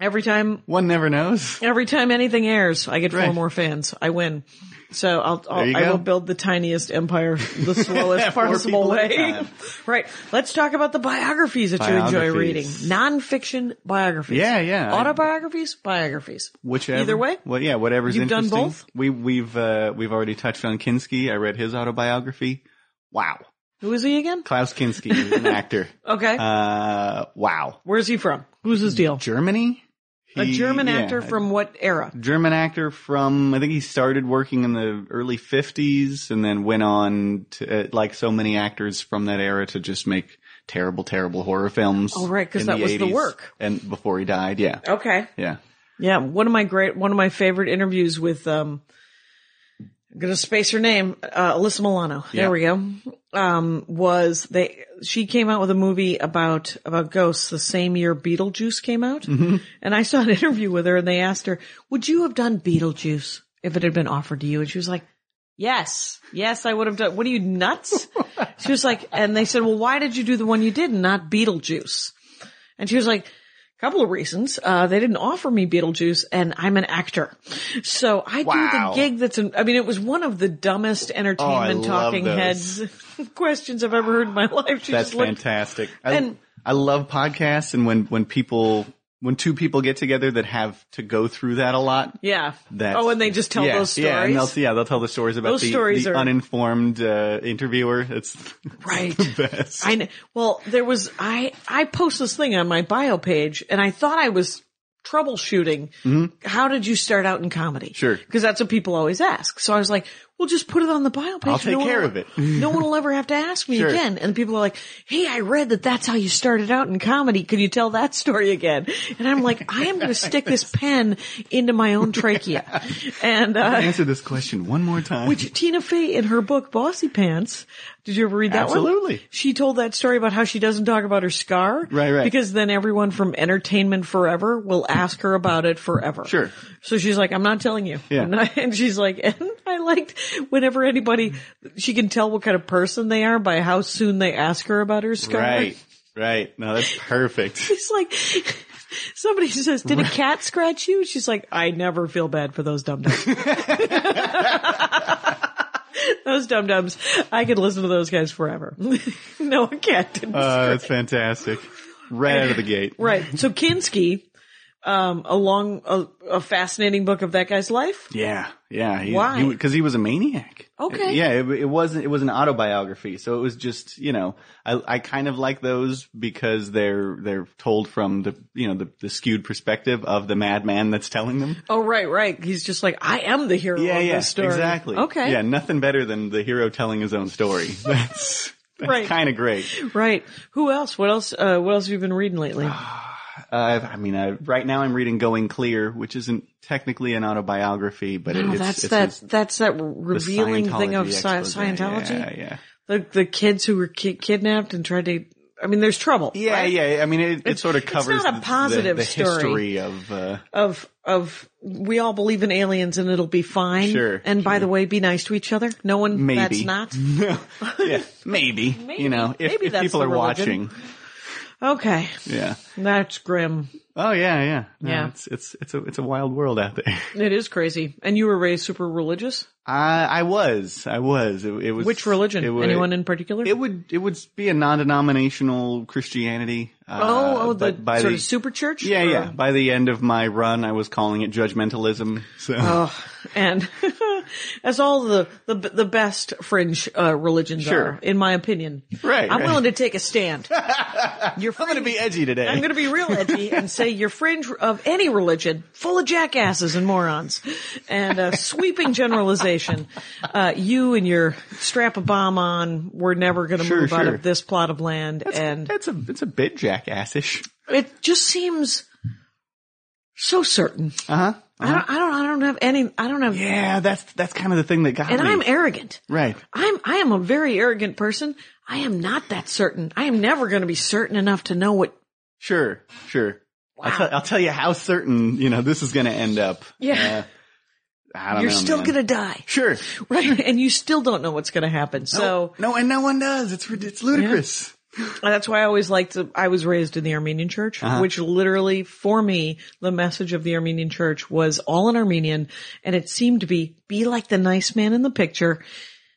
Speaker 2: every time
Speaker 4: One never knows.
Speaker 2: Every time anything airs, I get four
Speaker 4: Right.
Speaker 2: more fans. I win. So I'll,
Speaker 4: There
Speaker 2: I'll
Speaker 4: you
Speaker 2: I
Speaker 4: go.
Speaker 2: will build the tiniest empire
Speaker 4: [laughs]
Speaker 2: the slowest
Speaker 4: Four
Speaker 2: possible
Speaker 4: people at a
Speaker 2: way.
Speaker 4: time.
Speaker 2: [laughs] right. Let's talk about the biographies that you enjoy reading.
Speaker 4: Biographies.
Speaker 2: Nonfiction biographies.
Speaker 4: Yeah, yeah. I-
Speaker 2: Autobiographies, biographies.
Speaker 4: Whichever.
Speaker 2: Either way?
Speaker 4: Well, yeah, whatever's
Speaker 2: You've done
Speaker 4: interesting.
Speaker 2: both?
Speaker 4: We we've uh, we've already touched on Kinski. I read his autobiography. Wow.
Speaker 2: Who is he again?
Speaker 4: Klaus Kinski,
Speaker 2: [laughs]
Speaker 4: an actor.
Speaker 2: Okay.
Speaker 4: Uh, wow.
Speaker 2: Where's he from? Who's his deal?
Speaker 4: Germany.
Speaker 2: a
Speaker 4: He-
Speaker 2: German
Speaker 4: yeah,
Speaker 2: actor from what era?
Speaker 4: German actor from I think he started working in the early 50s and then went on to uh, like so many actors from that era to just make terrible terrible horror films.
Speaker 2: Oh, right, 'cause
Speaker 4: in
Speaker 2: that was the
Speaker 4: 80s.
Speaker 2: work.
Speaker 4: And before he died, yeah.
Speaker 2: Okay.
Speaker 4: Yeah.
Speaker 2: Yeah, one of my great, one of my favorite interviews with, um, I'm gonna space her name, uh, Alyssa Milano.
Speaker 4: Yeah.
Speaker 2: There we go. Um, was they, she came out with a movie about, about ghosts the same year Beetlejuice came out.
Speaker 4: Mm-hmm.
Speaker 2: And I saw an [laughs] interview with her and they asked her, would you have done Beetlejuice if it had been offered to you? And she was like, yes, yes, I would have done, what are you nuts? she was like, and they said, well, why did you do the one you did and not Beetlejuice? And she was like, couple of reasons. Uh, they didn't offer me Beetlejuice and I'm an actor. So I
Speaker 4: Wow. Oh,
Speaker 2: do the gig that's an, I mean, it was one of the dumbest entertainment
Speaker 4: love
Speaker 2: talking
Speaker 4: those.
Speaker 2: heads [laughs] questions I've ever heard in my life. She
Speaker 4: That's
Speaker 2: just looked,
Speaker 4: fantastic. I,
Speaker 2: and-
Speaker 4: I love podcasts and when when people when two people get together that have to go through that a lot.
Speaker 2: Yeah.
Speaker 4: That's,
Speaker 2: oh, and they just tell
Speaker 4: yeah,
Speaker 2: those stories.
Speaker 4: Yeah, and they'll, yeah, they'll tell the stories about
Speaker 2: Those
Speaker 4: the,
Speaker 2: stories
Speaker 4: the
Speaker 2: are-
Speaker 4: uninformed uh, interviewer.
Speaker 2: [laughs]
Speaker 4: It's
Speaker 2: Right.
Speaker 4: the [laughs] best.
Speaker 2: I know. Well, there was I I post this thing on my bio page, and I thought I was troubleshooting. How did you start out in comedy?
Speaker 4: Mm-hmm. Sure.
Speaker 2: because that's what people always ask. So I was like, well, just put it on the bio page.
Speaker 4: I'll take
Speaker 2: one
Speaker 4: care
Speaker 2: will-
Speaker 4: of it.
Speaker 2: no one will ever have to ask me
Speaker 4: [laughs] Sure.
Speaker 2: again. And people are like, hey, I read that that's how you started out in comedy. Can you tell that story again? And I'm like, I am going to stick
Speaker 4: [laughs]
Speaker 2: this pen into my own trachea, and. uh
Speaker 4: Answer this question one more time.
Speaker 2: which Tina Fey in her book Bossy Pants, did you ever read that one?
Speaker 4: Absolutely.
Speaker 2: She told that story about how she doesn't talk about her scar.
Speaker 4: Right, right.
Speaker 2: Because then everyone from Entertainment Forever will ask her about it forever.
Speaker 4: Sure.
Speaker 2: So she's like, I'm not telling you.
Speaker 4: Yeah.
Speaker 2: I'm not- And she's like, and I liked whenever anybody, she can tell what kind of person they are by how soon they ask her about her scar.
Speaker 4: Right, right. No, that's perfect.
Speaker 2: [laughs] It's like somebody says, "Did a cat scratch you?" She's like, "I never feel bad for those dum dums." [laughs] those dum dums, I could listen to those guys forever. [laughs] no, a cat didn't.
Speaker 4: Uh, that's fantastic. Right out of the gate.
Speaker 2: right. So Kinski, um, along a, a fascinating book of that guy's life.
Speaker 4: Yeah, yeah. He,
Speaker 2: Why?
Speaker 4: Because he, was a maniac.
Speaker 2: Okay.
Speaker 4: Yeah, it, it wasn't. It was an autobiography, so it was just you know I I kind of like those because they're they're told from the you know the, the skewed perspective of the madman that's telling them.
Speaker 2: Oh, right, right. He's just like, I am the hero
Speaker 4: yeah,
Speaker 2: of
Speaker 4: yeah,
Speaker 2: this story.
Speaker 4: exactly.
Speaker 2: Okay.
Speaker 4: Yeah, nothing better than the hero telling his own story. [laughs] That's. That's
Speaker 2: Right.
Speaker 4: kind of great.
Speaker 2: Right. Who else? What else? Uh, what else have you been reading lately?
Speaker 4: Uh, I mean, uh, right now I'm reading "Going Clear," which isn't technically an autobiography, but it,
Speaker 2: Oh,
Speaker 4: it's,
Speaker 2: that's
Speaker 4: it's
Speaker 2: that.
Speaker 4: his-
Speaker 2: that's that
Speaker 4: the
Speaker 2: revealing thing of sci-
Speaker 4: expose.
Speaker 2: Scientology.
Speaker 4: Yeah, yeah.
Speaker 2: the the kids who were ki- kidnapped and tried to. I mean, there's trouble.
Speaker 4: Yeah,
Speaker 2: right?
Speaker 4: yeah. I mean, it, it sort of
Speaker 2: it's
Speaker 4: covers
Speaker 2: not a
Speaker 4: the-
Speaker 2: positive
Speaker 4: the, the
Speaker 2: story.
Speaker 4: history of. Uh,
Speaker 2: Of of we all believe in aliens and it'll be fine.
Speaker 4: Sure,
Speaker 2: And by the way, be nice to each other. No one that's
Speaker 4: Maybe.
Speaker 2: not.
Speaker 4: yeah, maybe, you know if,
Speaker 2: Maybe
Speaker 4: if
Speaker 2: that's
Speaker 4: people
Speaker 2: the
Speaker 4: are
Speaker 2: religion.
Speaker 4: watching.
Speaker 2: Okay,
Speaker 4: Yeah.
Speaker 2: that's grim.
Speaker 4: Oh yeah, yeah. No,
Speaker 2: Yeah.
Speaker 4: It's it's it's a it's a wild world out there. [laughs]
Speaker 2: It is crazy. And you were raised super religious.
Speaker 4: I I was I was it, it was
Speaker 2: Which religion?
Speaker 4: It wa-
Speaker 2: Anyone in particular?
Speaker 4: It would it would be a non-denominational Christianity. Uh,
Speaker 2: oh, oh, the
Speaker 4: but by
Speaker 2: sort
Speaker 4: the
Speaker 2: of super church.
Speaker 4: yeah
Speaker 2: Or-
Speaker 4: yeah. By the end of my run, I was calling it judgmentalism. [laughs] So
Speaker 2: Oh, and [laughs] as all the, the the best fringe uh, religions
Speaker 4: Sure.
Speaker 2: are, in my opinion,
Speaker 4: Right,
Speaker 2: I'm
Speaker 4: right.
Speaker 2: willing to take a stand. You're
Speaker 4: I'm gonna be edgy today.
Speaker 2: I'm going to be real edgy and say you're fringe of any religion, full of jackasses and morons, and a sweeping generalization. Uh, you and your strap a bomb on. We're never going to
Speaker 4: Sure,
Speaker 2: move out
Speaker 4: sure.
Speaker 2: of this plot of land, and
Speaker 4: It's a it's a bit jackassish.
Speaker 2: it just seems so certain.
Speaker 4: Uh huh.
Speaker 2: I don't. I don't. I don't have any. I don't have.
Speaker 4: Yeah, that's that's kind of the thing that got
Speaker 2: And
Speaker 4: me.
Speaker 2: I'm arrogant.
Speaker 4: right.
Speaker 2: I'm I am a very arrogant person. I am not that certain. I am never going to be certain enough to know what.
Speaker 4: Sure, sure. I'll, tell- I'll tell you how certain you know this is going to end up.
Speaker 2: Yeah.
Speaker 4: Uh, I don't
Speaker 2: You're
Speaker 4: know,
Speaker 2: still
Speaker 4: man.
Speaker 2: going to die,
Speaker 4: sure.
Speaker 2: right? [laughs] and you still don't know what's going to happen. So
Speaker 4: Oh,
Speaker 2: uh,
Speaker 4: no, and no one does. It's rid- it's ludicrous.
Speaker 2: that's why I always liked. To, I was raised in the Armenian Church,
Speaker 4: Uh-huh.
Speaker 2: which literally for me, the message of the Armenian Church was all in Armenian, and it seemed to be be like the nice man in the picture,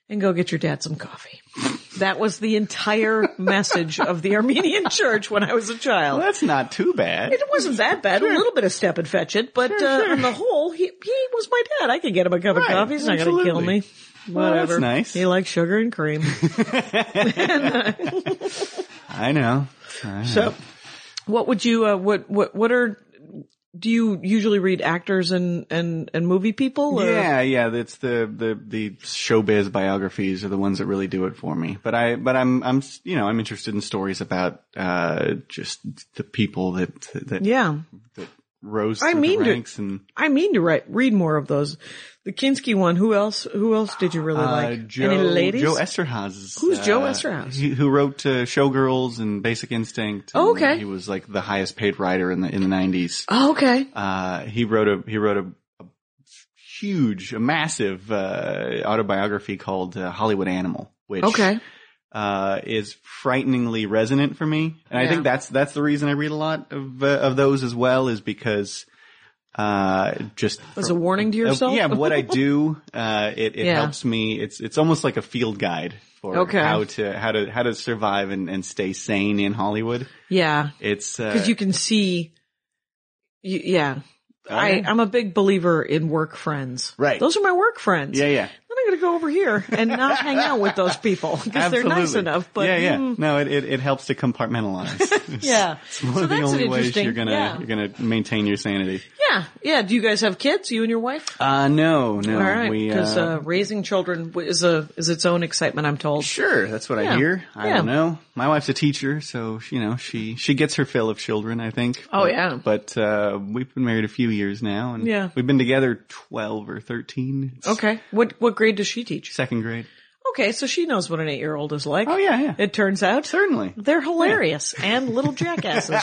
Speaker 2: and go get your dad some coffee. [laughs] That was the entire
Speaker 4: [laughs]
Speaker 2: message of the Armenian Church when I was a child.
Speaker 4: Well, that's not too bad.
Speaker 2: It wasn't that bad. A little bit of step and fetch it, but uh, on the whole, he he was my dad. I could get him a cup
Speaker 4: Right,
Speaker 2: of coffee. He's not going to kill
Speaker 4: absolutely.
Speaker 2: me.
Speaker 4: Well,
Speaker 2: Whatever.
Speaker 4: that's nice.
Speaker 2: He likes sugar and cream.
Speaker 4: I know. I know.
Speaker 2: so, what would you? Uh, what what what are do you usually read actors and, and, and movie people? or-
Speaker 4: Yeah, yeah, that's the, the, the showbiz biographies are the ones that really do it for me. But I, but I'm, I'm, you know, I'm interested in stories about, uh, just the people that, that,
Speaker 2: Yeah.
Speaker 4: that rose
Speaker 2: I
Speaker 4: through
Speaker 2: mean to-
Speaker 4: the ranks and,
Speaker 2: I mean to write, read more of those. The Kinski one. Who else? Who else did you really
Speaker 4: uh,
Speaker 2: like?
Speaker 4: Joe,
Speaker 2: Any ladies?
Speaker 4: Joe Esterhaz. is,
Speaker 2: Who's Joe
Speaker 4: uh,
Speaker 2: Esterhaz?
Speaker 4: he- who wrote uh, Showgirls and Basic Instinct.
Speaker 2: Oh,
Speaker 4: and
Speaker 2: okay.
Speaker 4: He was like the highest paid writer in the, in the nineties.
Speaker 2: oh, okay.
Speaker 4: Uh, he wrote a, he wrote a, a huge, a massive, uh, autobiography called uh, Hollywood Animal, which,
Speaker 2: Okay.
Speaker 4: uh, is frighteningly resonant for me. And I
Speaker 2: Yeah.
Speaker 4: think that's, that's the reason I read a lot of, uh, of those as well is because, uh, just
Speaker 2: As a warning to
Speaker 4: of-
Speaker 2: yourself.
Speaker 4: uh, yeah,
Speaker 2: [laughs]
Speaker 4: what I do, uh, it, it
Speaker 2: Yeah.
Speaker 4: helps me. It's it's almost like a field guide for
Speaker 2: Okay.
Speaker 4: how to how to how to survive and, and stay sane in Hollywood.
Speaker 2: Yeah.
Speaker 4: It's uh,
Speaker 2: Cause you can see. You, yeah.
Speaker 4: Oh,
Speaker 2: I,
Speaker 4: yeah.
Speaker 2: I'm a big believer in work friends.
Speaker 4: Right.
Speaker 2: Those are my work friends.
Speaker 4: yeah yeah.
Speaker 2: Then I'm going to go over here and not hang out with those people because [laughs] they're nice
Speaker 4: Absolutely.
Speaker 2: enough. But
Speaker 4: yeah, yeah.
Speaker 2: mm,
Speaker 4: No, it, it, it helps to compartmentalize.
Speaker 2: [laughs]
Speaker 4: It's
Speaker 2: yeah.
Speaker 4: One
Speaker 2: so
Speaker 4: of the
Speaker 2: that's an
Speaker 4: only ways
Speaker 2: interesting-
Speaker 4: you're gonna
Speaker 2: yeah.
Speaker 4: you're gonna maintain your sanity.
Speaker 2: yeah. Yeah. Do you guys have kids? You and your wife?
Speaker 4: Uh no, no.
Speaker 2: All right.
Speaker 4: we,
Speaker 2: Because
Speaker 4: uh,
Speaker 2: uh, raising children w- is a is its own excitement. I'm told.
Speaker 4: Sure, that's what
Speaker 2: Yeah.
Speaker 4: I hear. I
Speaker 2: Yeah.
Speaker 4: don't know. My wife's a teacher, so she, you know she she gets her fill of children. I think.
Speaker 2: Oh,
Speaker 4: But-
Speaker 2: yeah.
Speaker 4: But uh, we've been married a few years now, and
Speaker 2: Yeah.
Speaker 4: we've been together twelve or thirteen. It's
Speaker 2: Okay. What what grade does she teach?
Speaker 4: Second grade.
Speaker 2: Okay, so she knows what an eight year old is like.
Speaker 4: Oh yeah, yeah.
Speaker 2: It turns out
Speaker 4: Certainly.
Speaker 2: they're hilarious and little
Speaker 4: [laughs]
Speaker 2: jackasses,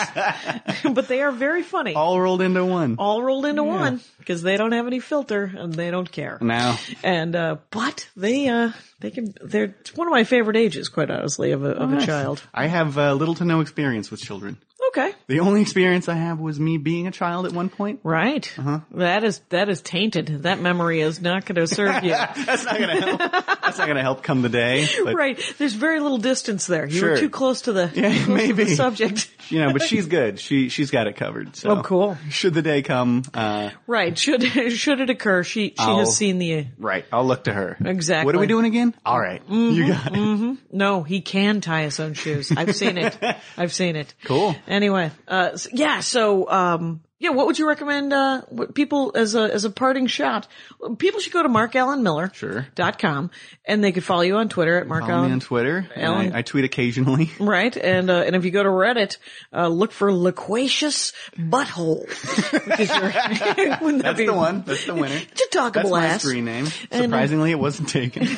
Speaker 2: but they are very funny. All,
Speaker 4: All rolled into one.
Speaker 2: rolled into one because they don't have any filter and they don't care.
Speaker 4: now.
Speaker 2: And uh, but they uh they can they're it's one of my favorite ages, quite honestly, of a of a child.
Speaker 4: I have uh, little to no experience with children.
Speaker 2: Okay,
Speaker 4: The only experience I have was me being a child at one point.
Speaker 2: right.
Speaker 4: Uh-huh.
Speaker 2: That is that is tainted. That memory is not going to serve you.
Speaker 4: That's not gonna help. That's not gonna help come the
Speaker 2: [laughs]
Speaker 4: day. [laughs] But,
Speaker 2: right. There's very little distance there. You were
Speaker 4: Sure.
Speaker 2: too close to the, too
Speaker 4: Yeah,
Speaker 2: close to the
Speaker 4: maybe. [laughs]
Speaker 2: subject.
Speaker 4: You know, but she's good. She she's got it covered. So
Speaker 2: Oh, cool.
Speaker 4: Should the day come, uh,
Speaker 2: Right. Should [laughs] should it occur, she she
Speaker 4: I'll-
Speaker 2: has seen the.
Speaker 4: Right. I'll look to her.
Speaker 2: Exactly. Mm-hmm.
Speaker 4: What are we doing again? All right. You got it.
Speaker 2: No, he can tie his own shoes. I've seen
Speaker 4: [laughs]
Speaker 2: it. I've seen it.
Speaker 4: Cool.
Speaker 2: Anyway, uh, s- yeah. So, um, yeah. What would you recommend? Uh, what people as a as a parting shot, people should go to markallenmiller
Speaker 4: Sure.
Speaker 2: dot com, and they could follow you on Twitter at mark
Speaker 4: Follow me
Speaker 2: Allen.
Speaker 4: on Twitter. and
Speaker 2: Alan.
Speaker 4: I, I tweet
Speaker 2: [laughs]
Speaker 4: occasionally.
Speaker 2: Right, and uh, and if you go to Reddit, uh, look for loquacious butthole. Because you're, [laughs] wouldn't that
Speaker 4: That's
Speaker 2: be-
Speaker 4: the one. That's
Speaker 2: [laughs]
Speaker 4: the winner.
Speaker 2: It's a talkable
Speaker 4: That's my
Speaker 2: ass.
Speaker 4: screen name.
Speaker 2: And, uh,
Speaker 4: Surprisingly, it
Speaker 2: [laughs]
Speaker 4: wasn't taken.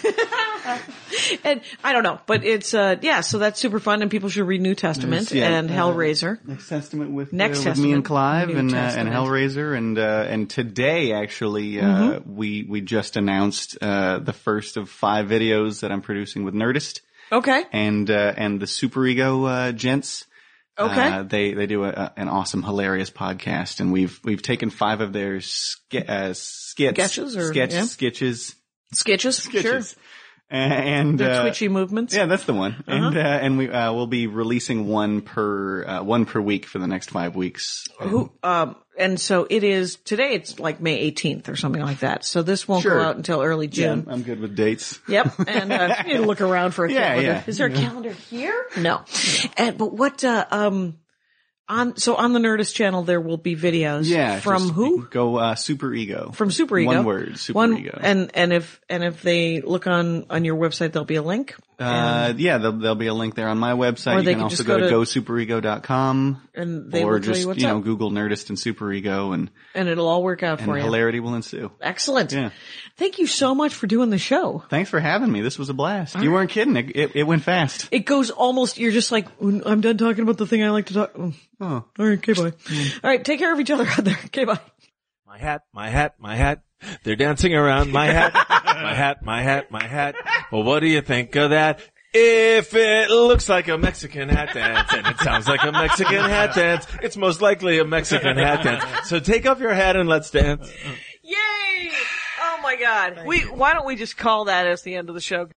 Speaker 2: And I don't know, but it's uh yeah, so that's super fun, and people should read New Testament
Speaker 4: There's, yeah,
Speaker 2: and
Speaker 4: uh,
Speaker 2: Hellraiser.
Speaker 4: Next Testament with,
Speaker 2: Next
Speaker 4: uh, with me
Speaker 2: Testament.
Speaker 4: and Clive
Speaker 2: New
Speaker 4: and, uh, and
Speaker 2: Testament.
Speaker 4: Hellraiser. And, uh, and today actually, uh,
Speaker 2: Mm-hmm.
Speaker 4: we, we just announced, uh, the first of five videos that I'm producing with Nerdist
Speaker 2: Okay,
Speaker 4: and, uh, and the Superego, uh, gents.
Speaker 2: okay,
Speaker 4: Uh, they they do a- a, an awesome, hilarious podcast, and we've we've taken five of their ske- uh, skits,
Speaker 2: Sketches or-
Speaker 4: sketch,
Speaker 2: yeah.
Speaker 4: sketches,
Speaker 2: sketches, sure,
Speaker 4: sketches, A- and
Speaker 2: the
Speaker 4: uh,
Speaker 2: twitchy Uh-huh. movements.
Speaker 4: yeah, that's the one. And uh, and we uh, we'll be releasing one per uh, one per week for the next five weeks.
Speaker 2: Who, um, and so it is today. It's like May eighteenth or something like that. So this won't
Speaker 4: Sure.
Speaker 2: go out until early
Speaker 4: Yeah,
Speaker 2: June.
Speaker 4: I'm good with dates.
Speaker 2: Yep, and uh, [laughs] you need to look around for a
Speaker 4: Yeah,
Speaker 2: calendar.
Speaker 4: yeah.
Speaker 2: Is there a calendar here? No, and but what? Uh, um, on so on the Nerdist channel there will be videos.
Speaker 4: Yeah,
Speaker 2: from
Speaker 4: just
Speaker 2: who?
Speaker 4: Go uh, super ego
Speaker 2: from Super Ego.
Speaker 4: One word, Super
Speaker 2: One-
Speaker 4: Ego.
Speaker 2: And and if and if they look on on your website, there'll be a link.
Speaker 4: Uh, yeah, there'll, there'll be a link there on my website.
Speaker 2: Or
Speaker 4: you
Speaker 2: they
Speaker 4: can
Speaker 2: could
Speaker 4: also
Speaker 2: just
Speaker 4: go,
Speaker 2: go
Speaker 4: to,
Speaker 2: to-
Speaker 4: gosuperego.com
Speaker 2: And they
Speaker 4: or
Speaker 2: will tell you
Speaker 4: just,
Speaker 2: what's
Speaker 4: know,
Speaker 2: up.
Speaker 4: Google Nerdist and Super Ego and,
Speaker 2: and it'll all work out
Speaker 4: and
Speaker 2: for you.
Speaker 4: hilarity will ensue.
Speaker 2: Excellent.
Speaker 4: Yeah.
Speaker 2: Thank you so much for doing the show.
Speaker 4: Thanks for having me. This was a blast. you weren't kidding. It, it, it went fast.
Speaker 2: It goes almost. You're just like "Mm, I'm done talking about the thing I like to talk. mm.
Speaker 4: Oh.
Speaker 2: All right. Okay. Bye. All right. Take care of each other out there. [laughs] Okay. Bye.
Speaker 5: My hat, my hat, my hat. They're dancing around my hat, my hat, my hat, my hat. Well, what do you think of that? If it looks like a Mexican hat dance and it sounds like a Mexican hat dance, it's most likely a Mexican hat dance. So take off your hat and let's dance.
Speaker 2: Yay! Oh my God. we why don't we just call that as the end of the show?